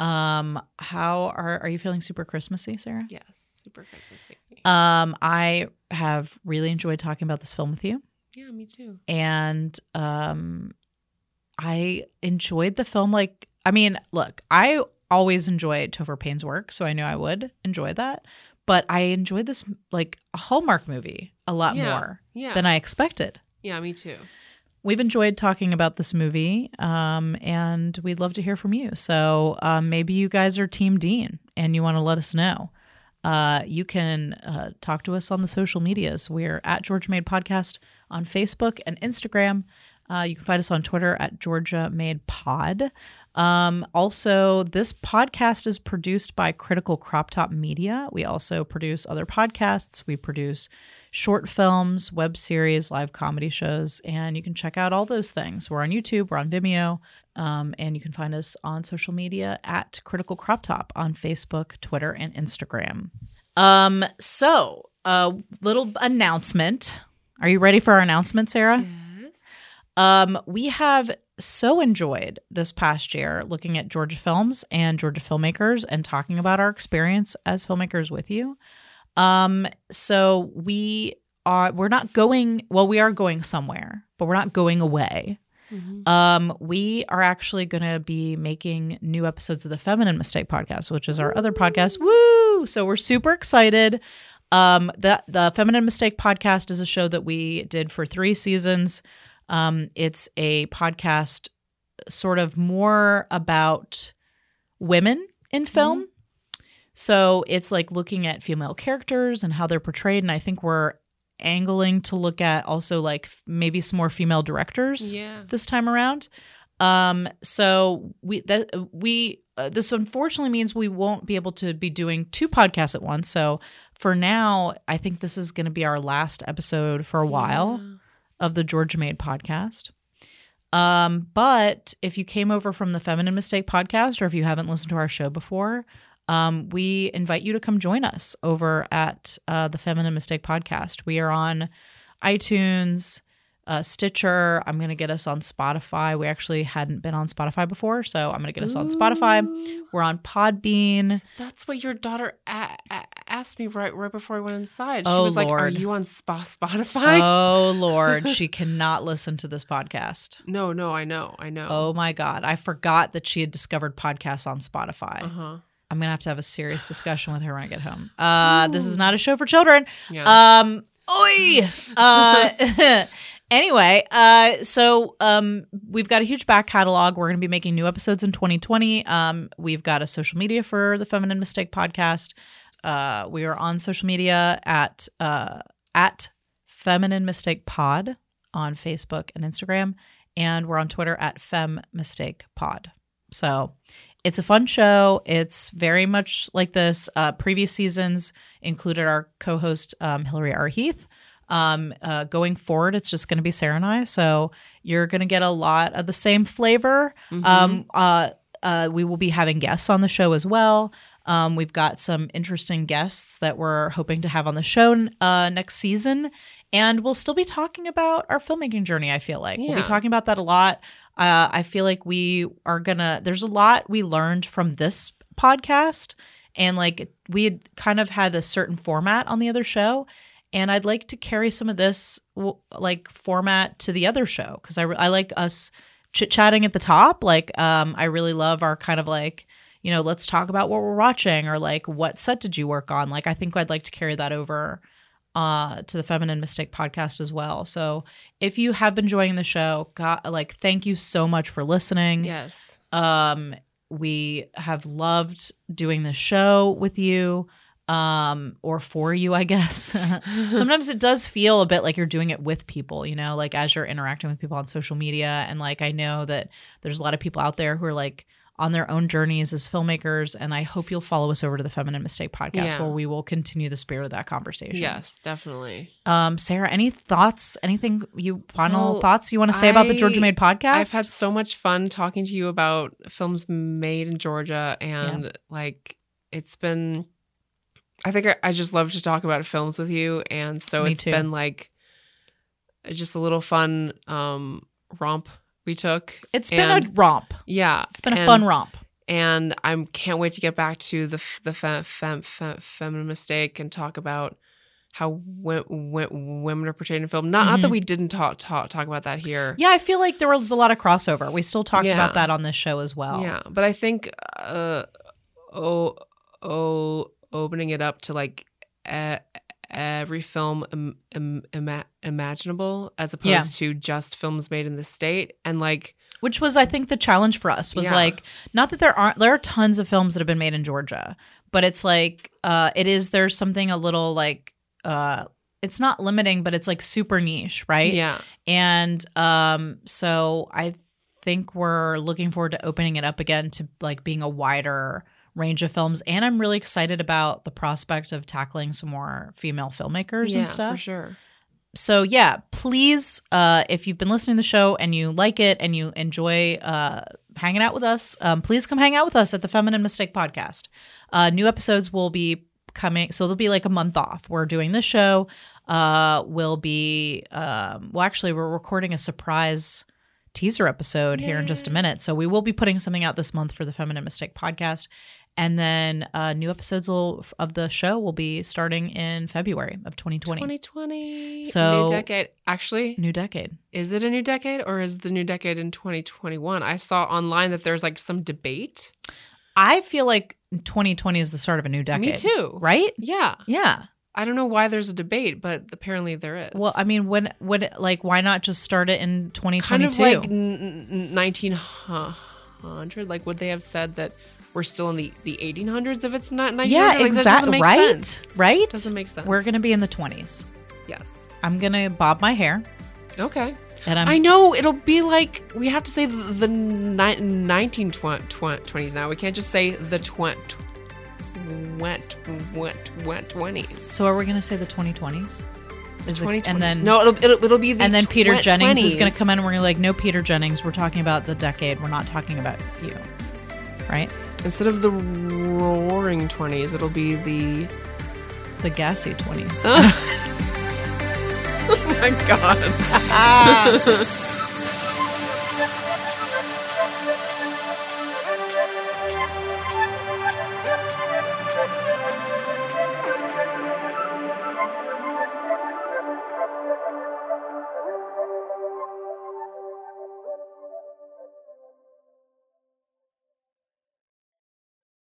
Speaker 2: Um, how are are you feeling super Christmassy, Sarah?
Speaker 1: Yes, super Christmassy.
Speaker 2: Um, I have really enjoyed talking about this film with you,
Speaker 1: Yeah, me too.
Speaker 2: and um, I enjoyed the film. Like, I mean, look, I always enjoy Topher Payne's work, so I knew I would enjoy that. But I enjoyed this like a Hallmark movie a lot
Speaker 1: Yeah,
Speaker 2: more
Speaker 1: yeah.
Speaker 2: than I expected.
Speaker 1: Yeah, me too.
Speaker 2: We've enjoyed talking about this movie, um, and we'd love to hear from you. So um, maybe you guys are Team Dean and you want to let us know. Uh, you can uh, talk to us on the social medias. We're at Georgia Made Podcast on Facebook and Instagram. Uh, you can find us on Twitter at Georgia Made Pod. Um, also, this podcast is produced by Critical Crop Top Media. We also produce other podcasts. We produce short films, web series, live comedy shows, and you can check out all those things. We're on YouTube, we're on Vimeo, um, and you can find us on social media at Critical Crop Top on Facebook, Twitter, and Instagram. Um, so, a little announcement. Are you ready for our announcement, Sarah? Um, we have so enjoyed this past year looking at Georgia films and Georgia filmmakers and talking about our experience as filmmakers with you. Um, so we are we're not going well, we are going somewhere, but we're not going away. Um, we are actually going to be making new episodes of the Feminine Mistake podcast, which is our other podcast. Woo! So we're super excited. Um, the the Feminine Mistake podcast is a show that we did for three seasons. Um, it's a podcast sort of more about women in film. So it's like looking at female characters and how they're portrayed. And I think we're angling to look at also like f- maybe some more female directors
Speaker 1: Yeah.
Speaker 2: this time around. Um, so we that we uh, this unfortunately means we won't be able to be doing two podcasts at once. So for now, I think this is going to be our last episode for a while of the Georgia Made podcast. Um, but if you came over from the Feminine Mistake podcast, or if you haven't listened to our show before, um, we invite you to come join us over at uh, the Feminine Mistake podcast. We are on iTunes, uh, Stitcher. I'm going to get us on Spotify. We actually hadn't been on Spotify before, so I'm going to get us on Spotify. We're on Podbean.
Speaker 1: That's what your daughter a- a- asked me right right before I went inside. She
Speaker 2: Oh,
Speaker 1: was like, "Are
Speaker 2: Lord.
Speaker 1: you on Spa Spotify?"
Speaker 2: Oh, Lord. she cannot listen to this podcast.
Speaker 1: no, no, I know, I know.
Speaker 2: Oh my God. I forgot that she had discovered podcasts on Spotify.
Speaker 1: Uh-huh.
Speaker 2: I'm going to have to have a serious discussion with her when I get home. Uh, this is not a show for children.
Speaker 1: Yeah.
Speaker 2: Um, oi. Uh, anyway, uh, so um, we've got a huge back catalog. We're going to be making new episodes in 2020. Um, we've got a social media for the Feminine Mistake podcast. Uh, we are on social media at uh, at Feminine Mistake Pod on Facebook and Instagram, and we're on Twitter at Fem Mistake Pod. So it's a fun show. It's very much like this. Uh, previous seasons included our co host, um, Hillary R. Heath. Um, uh, going forward, it's just going to be Sarah and I. So you're going to get a lot of the same flavor. Um, uh, uh, we will be having guests on the show as well. Um, we've got some interesting guests that we're hoping to have on the show uh, next season. And we'll still be talking about our filmmaking journey, I feel like. We'll be
Speaker 1: Yeah.
Speaker 2: talking about that a lot. Uh, I feel like we are gonna, there's a lot we learned from this podcast. And like we had kind of had a certain format on the other show. And I'd like to carry some of this w- like format to the other show because I, re- I like us chit chatting at the top. Like, um, I really love our kind of like, you know, let's talk about what we're watching or like what set did you work on? Like, I think I'd like to carry that over uh, to the Feminine Mistake podcast as well. So if you have been enjoying the show, God, like, thank you so much for listening.
Speaker 1: yes,
Speaker 2: Um, we have loved doing this show with you um or for you i guess sometimes it does feel a bit like you're doing it with people you know like as you're interacting with people on social media and like i know that there's a lot of people out there who are like on their own journeys as filmmakers and i hope you'll follow us over to the feminine mistake podcast
Speaker 1: Yeah.
Speaker 2: where we will continue the spirit of that conversation
Speaker 1: yes, definitely.
Speaker 2: um sarah any thoughts anything you final
Speaker 1: Well,
Speaker 2: thoughts you want to say about the
Speaker 1: I-
Speaker 2: georgia made podcast
Speaker 1: I've had so much fun talking to you about films made in Georgia, and like it's been. I think I, I just love to talk about films with you, and so
Speaker 2: Me
Speaker 1: it's
Speaker 2: too.
Speaker 1: been like just a little fun um romp we took.
Speaker 2: it's been a
Speaker 1: and-
Speaker 2: romp
Speaker 1: yeah,
Speaker 2: it's been a
Speaker 1: and-
Speaker 2: fun romp
Speaker 1: and I can't wait to get back to the f- the fem, fem, fem, feminine mistake and talk about how w- women are portrayed in film. Not, not
Speaker 2: Mm-hmm.
Speaker 1: that we didn't talk talk talk about that here.
Speaker 2: Yeah, I feel like there was a lot of crossover. We still talked
Speaker 1: Yeah.
Speaker 2: about that on this show as well.
Speaker 1: Yeah, but I think uh, oh oh opening it up to like e- every film im- im- ima- imaginable as opposed
Speaker 2: Yeah.
Speaker 1: to just films made in the state and like
Speaker 2: which was i think the challenge for us was
Speaker 1: Yeah.
Speaker 2: like not that there aren't there are tons of films that have been made in georgia but it's like uh it is there's something a little like uh it's not limiting but it's like super niche right
Speaker 1: yeah
Speaker 2: and um so i think we're looking forward to opening it up again to like being a wider range of films and i'm really excited about the prospect of tackling some more female filmmakers
Speaker 1: yeah
Speaker 2: and stuff
Speaker 1: for sure
Speaker 2: so yeah please uh, if you've been listening to the show and you like it and you enjoy uh, hanging out with us um, please come hang out with us at the feminine mistake podcast uh, new episodes will be coming so they'll be like a month off we're doing this show uh, will be um, well actually we're recording a surprise teaser episode here in just a minute so we will be putting something out this month for the feminine mistake podcast and then uh, new episodes will, of the show will be starting in february of 2020
Speaker 1: 2020
Speaker 2: So-
Speaker 1: new decade actually
Speaker 2: new decade.
Speaker 1: is it a new decade or is the new decade in 2021 i saw online that there's like some debate
Speaker 2: I feel like 2020 is the start of a new decade.
Speaker 1: me too
Speaker 2: Right?
Speaker 1: yeah
Speaker 2: Yeah.
Speaker 1: i don't know why there's a debate but apparently there is
Speaker 2: Well, I mean, when when like why not just start it in 2022?
Speaker 1: kind of like n- n- 1900 like would they have said that we're still in the, the 1800s if it's not 1900
Speaker 2: yeah,
Speaker 1: like, that doesn't
Speaker 2: exactly.
Speaker 1: make
Speaker 2: Right?
Speaker 1: sense.
Speaker 2: Right?
Speaker 1: Doesn't make sense.
Speaker 2: We're going to be in the 20s.
Speaker 1: yes
Speaker 2: I'm going to bob my hair
Speaker 1: okay
Speaker 2: and I'm
Speaker 1: i know it'll be like we have to say the, the ni- 1920s now we can't just say the twent went went went 20s
Speaker 2: So are we going to say the 2020s? Is it-
Speaker 1: 2020s.
Speaker 2: and then
Speaker 1: no, it'll, it'll, it'll be the
Speaker 2: and then Peter
Speaker 1: twen-
Speaker 2: Jennings is
Speaker 1: 20s.
Speaker 2: going to come in and we're going to like no Peter Jennings, we're talking about the decade. We're not talking about you. Right?
Speaker 1: instead of the roaring twenties. It'll be the
Speaker 2: The gassy 20s.
Speaker 1: oh my god.